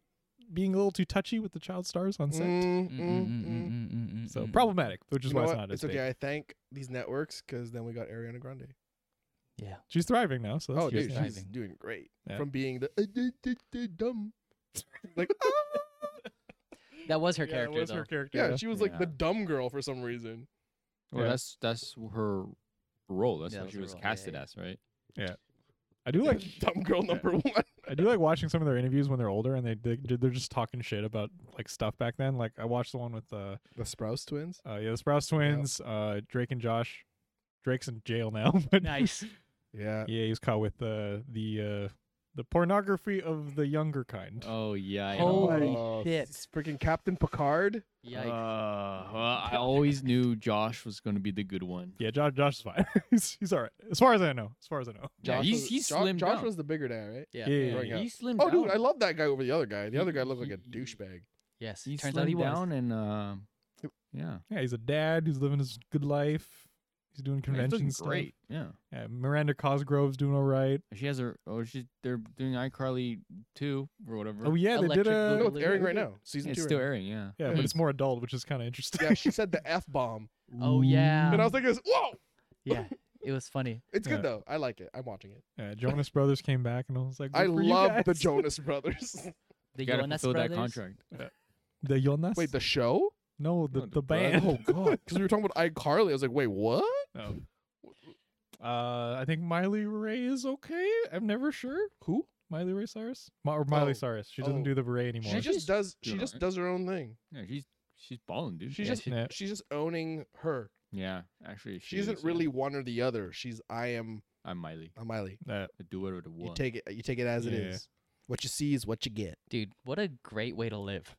being a little too touchy with the child stars on set. Mm, mm, Mm, mm, mm. mm, mm, mm, mm, So mm. problematic, which You is know why it's what? not It's as big. okay. I thank these networks because then we got Ariana Grande. Yeah. She's thriving now, so that's oh, good. dude, just she's driving. doing great. Yeah. From being the uh, d- d- d- dumb, like ah, That was her yeah, it character was though. her character. yeah, she was like the Yeah. dumb girl for some reason. Well, Yeah. that's that's her role. That's Yeah, what that she was was her role. Yeah, casted yeah. as, right? I do like dumb girl number one. I do like watching some of their interviews when they're older and they, they they're just talking shit about like stuff back then. Like I watched the one with uh, The Sprouse twins. uh yeah, the Sprouse twins, uh Drake and Josh. Drake's in jail now, but Nice. Yeah, yeah, he was caught with uh, the uh the pornography of the younger kind. Oh yeah. know. Oh, Holy Oh, shit. s- Freaking Captain Picard. Yikes. Uh, well, I always knew Josh was gonna be the good one. Yeah, Josh Josh is fine. he's he's all right. As far as I know. As far as I know. Yeah, Josh he's was, he's Jo- slimmed Josh down. was the bigger guy, right? Yeah. Yeah. Growing up. he slimmed Oh, down. dude, I love that guy over the other guy. The other guy looked like a He- douchebag. Yes. he Turns slimmed out he was. down and um, yeah, Yeah, he's a dad. He's living his good life. He's doing Yeah, he's convention looking stuff. great. Yeah, Yeah, Miranda Cosgrove's doing all right. she has her. Oh, she they're doing iCarly two or whatever. Oh yeah, they Electric did a No, Boogaloo. it's airing right Yeah, now. Season It's two. still right airing. Yeah. yeah, but it's more adult, which is kind of interesting. now. Yeah, she said the f bomb, Oh yeah. and I was like, this, "Whoa, yeah. It was funny. it's Yeah. good though. I like it. I'm watching it. Yeah, Jonas Brothers came back, and I was like, I "Good for you love the guys." Jonas Brothers. The gotta Jonas fulfill brothers. that contract. The Jonas. Wait, the show? no, the No, the the band. Oh god, because we were talking about iCarly. I was like, "Wait, what?" Uh, I think Miley Ray is okay. I'm never sure. Who? Miley Ray Cyrus? Ma- or Miley Oh, Cyrus. She doesn't oh. do the beret anymore. She just does. She doing just alright. does her own thing. Yeah, she's she's balling, dude. She's yeah, just she- Yeah. she's just owning her. yeah. Actually, she, She isn't is, yeah. really one or the other. She's I am I'm Miley. I'm Miley. Uh, The do whatever the You want. take it. You take it as it is. Yeah. What you see is what you get. Dude, what a great way to live.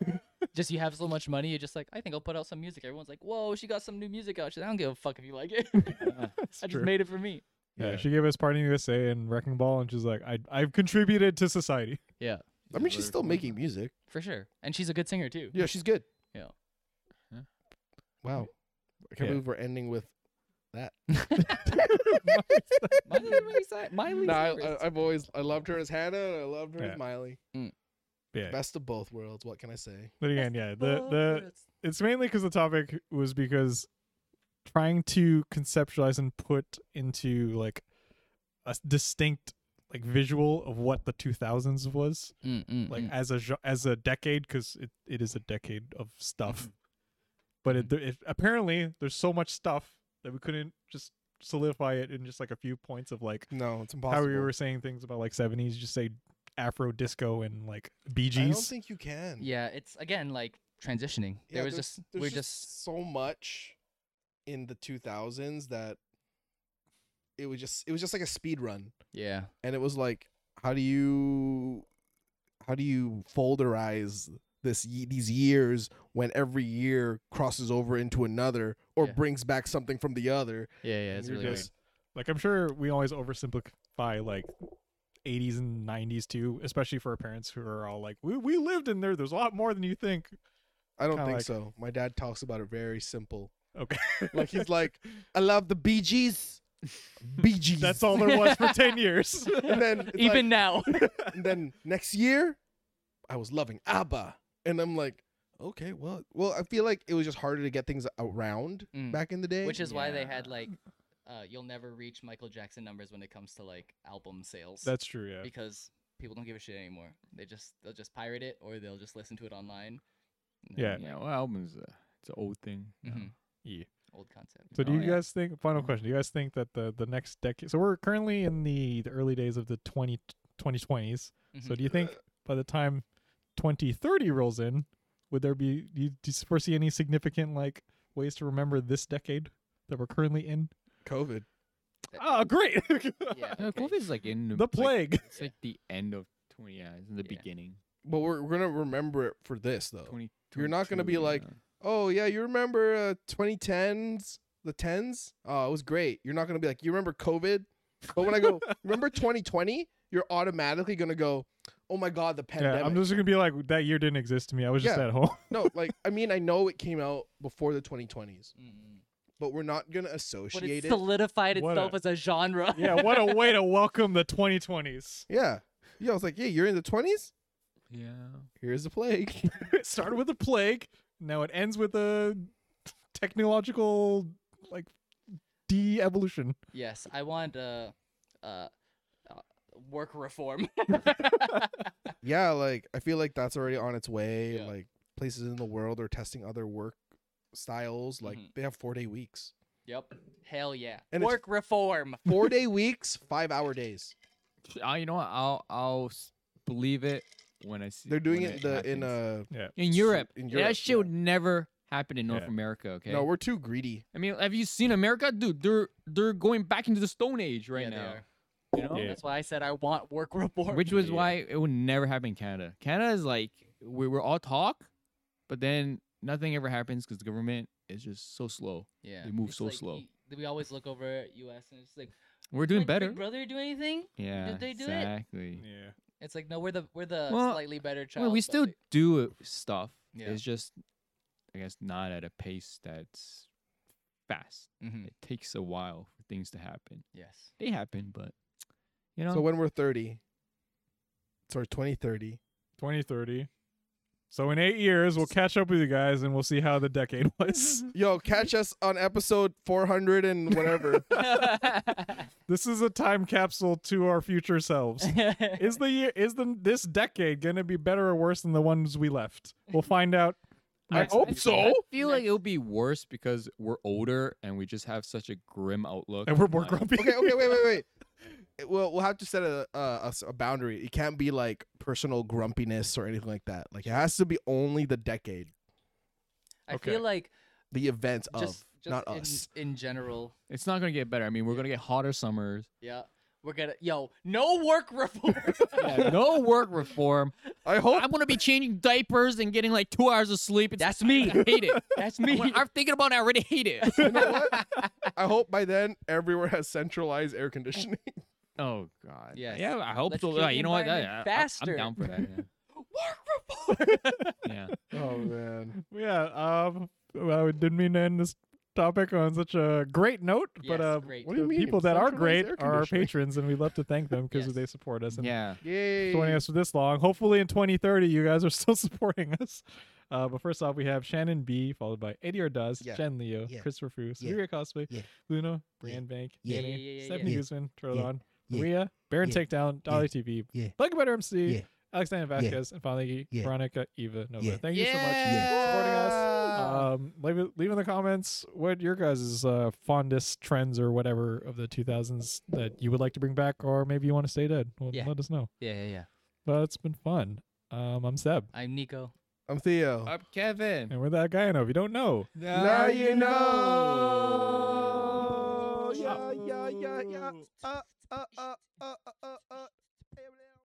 just you have so much money, you're just like, I think I'll put out some music. Everyone's like, Whoa, she got some new music out. She's like, I don't give a fuck if you like it. that's I just true. made it for me. yeah, Yeah. she gave us Party in USA and Wrecking Ball, and she's like, I I've contributed to society. Yeah. I mean, she's still making music. For sure. And she's a good singer too. Yeah, she's good. Yeah. Yeah. Wow. I can't Yeah. believe we're ending with that. Miley Ray Cy- Miley no, I, Cyrus. I, I've always I loved her as Hannah. and I loved her Yeah. as Miley. Yeah. Best of both worlds. What can I say? But again, yeah, the the it's mainly because the topic was because trying to conceptualize and put into like a s- distinct like visual of what the 2000s was Mm, mm, like mm. as a gen- as a decade because it, it is a decade of stuff but it, it apparently there's so much stuff that we couldn't just solidify it in just like a few points of like No, it's how impossible. we were saying things about like 70s just say afro disco and like I don't bgs think you can. Yeah, it's again like transitioning. Yeah, there was there's- just There's we're just just so much in the 2000s that it was just it was just like a speed run. yeah. and it was like how do you how do you folderize this ye- these years when every year crosses over into another or Yeah. brings back something from the other Yeah, yeah, it's You're really weird. just- like i'm sure we always oversimplify like 80s and 90s too especially for our parents who are all like we, we lived in there there's a lot more than you think i don't Kinda think like- so my dad talks about it very simple okay like he's like i love the bee gees bee gees that's all there was for 10 years and then it's like- Even now. and then next year i was loving abba and i'm like okay well well i feel like it was just harder to get things around Mm. back in the day Which is why they had Yeah. like uh you'll never reach Michael Jackson numbers when it comes to like album sales. that's true yeah because people don't give a shit anymore. They just they'll just pirate it or they'll just listen to it online. And Yeah. then, Yeah, well, albums. Uh, it's an old thing. you know. Mhm. Yeah. Old concept. So do Oh, you yeah. guys think? Final question. Do you guys think that the the next decade? So we're currently in the the early days of the 20, 2020s. So Mhm. Mm-hmm. do you think by the time twenty thirty rolls in, would there be? Do you, do you foresee any significant like ways to remember this decade that we're currently in? covid Ah, great. Yeah. Yeah, okay. COVID's like in the like, plague. it's like the end of 20. Yeah, it's in the Yeah. beginning. but we're, we're gonna remember it for this though 20, Oh. You're not gonna 22, be like, yeah. oh yeah, you remember uh, 2010s, the tens? Oh, it was great. You're not gonna be like, you remember COVID? But when I go, remember 2020? You're automatically gonna go, oh my god, the pandemic. Yeah, I'm just gonna be like that year didn't exist to me. I was just Yeah. at home. no, like I mean, I know it came out before the 2020s, Mm-mm. but we're not gonna But it associate it. solidified What itself a- as a genre. yeah, what a way to welcome the 2020s. yeah, yeah. I was like, yeah, you're in the 20s. Yeah. Here's a plague. it started with a plague. Now it ends with a technological like de-evolution. Yes, I want uh, uh, uh, work reform. yeah, like I feel like that's already on its way. Yeah. Like places in the world are testing other work styles. Like Mm-hmm. Mhm. they have four day weeks. yep. Hell yeah. And it's- work reform. Four day weeks, five hour days. Uh, you know what? I'll I'll s- believe it when I see. They're doing when it the, in happens. uh in Europe. in that Europe, shit would never happen in North Yeah. America. Okay. uh, No, we're too greedy. I mean, have you seen America, dude? They're they're going back into the Stone Age right Yeah, they now. are. You know, Yeah. That's why I said I want work reform. which was Yeah. why it would never happen in Canada. Canada is like we we're all talk, but then nothing ever happens because the government is just so slow. yeah. they move It's so like, slow. y- We always look over at U.S. and it's like We're doing "Did Big better. Brother, do anything? Yeah, they do it? exactly. Yeah. It's like no, we're the we're the Well, slightly better child. Well, we but, still like, do it- stuff. Yeah. It's just, I guess, not at a pace that's fast. mhm, It takes a while for things to happen. yes. They happen, but you know, So when we're thirty, sorry, twenty thirty. 2030. So in 8 years we'll catch up with you guys and we'll see how the decade was. Yo, catch us on episode four hundred and whatever. this is a time capsule to our future selves. is the year is the this decade going to be better or worse than the ones we left? We'll find out. I Next hope episode. so. I feel like it'll be worse because we're older and we just have such a grim outlook. And we're on more life. grumpy. okay, okay, wait, wait, wait. It- We'll we'll have to set a, a- a s- a boundary. It can't be like personal grumpiness or anything like that. Like it has to be only the decade, I Okay. feel like the events of, just, just not in, us. in general. It's not gonna get better. I mean, we're gonna get hotter summers. Yeah, we're gonna yo no work reform. Yeah, no work reform. I hope I'm gonna be changing diapers and getting like two hours of sleep. It's, That's me. I hate it. That's me. When I'm thinking about it. I already hate it. you know what? I hope by then everywhere has centralized air conditioning. Oh God. Yes. Yeah, I hope Let's so. kill Yeah, the you know what? environment Yeah, I- faster. I, am down for that. work reform. Yeah. Oh man. Yeah, um, well, I didn't mean to end this topic on such a great note, Yes, but uh, great. What do you the mean? people that are Centralized great air are our conditioning. patrons, and we love to thank them because Yes. they support us yeah. and yeah. Yay. joining us for this long. Hopefully, in 2030, you guys are still supporting us. Uh, but first off, we have Shannon B, followed by Eddie Ordaz, Yeah. Jen Leo, Yeah. Christopher Fu, Yeah. Sabrina Cosplay, Yeah. Luna, Brian Bank, Yeah. Danny, Yeah, yeah, yeah, Stephanie yeah. Guzman, Trollon, Yeah. Maria, Baron Yeah. Takedown, Dolly TV, Yeah. Black Better MC, Yeah. Alexander Vasquez, and finally Yeah. Veronica Eva Nova. Yeah. Thank you so much for supporting us. Um, leave, it- leave in the comments what your guys' uh, fondest trends or whatever of the 2000s that you would like to bring back, or maybe you want to stay dead. Well, Yeah. let us know. Yeah, yeah, yeah. But it's been fun. Um, I'm Seb, I'm Nico. I'm Theo. Up, Kevin. and we're that guy. I know if you don't know. now you know. Yeah, yeah, yeah, yeah. Uh, uh, uh, uh, uh, uh.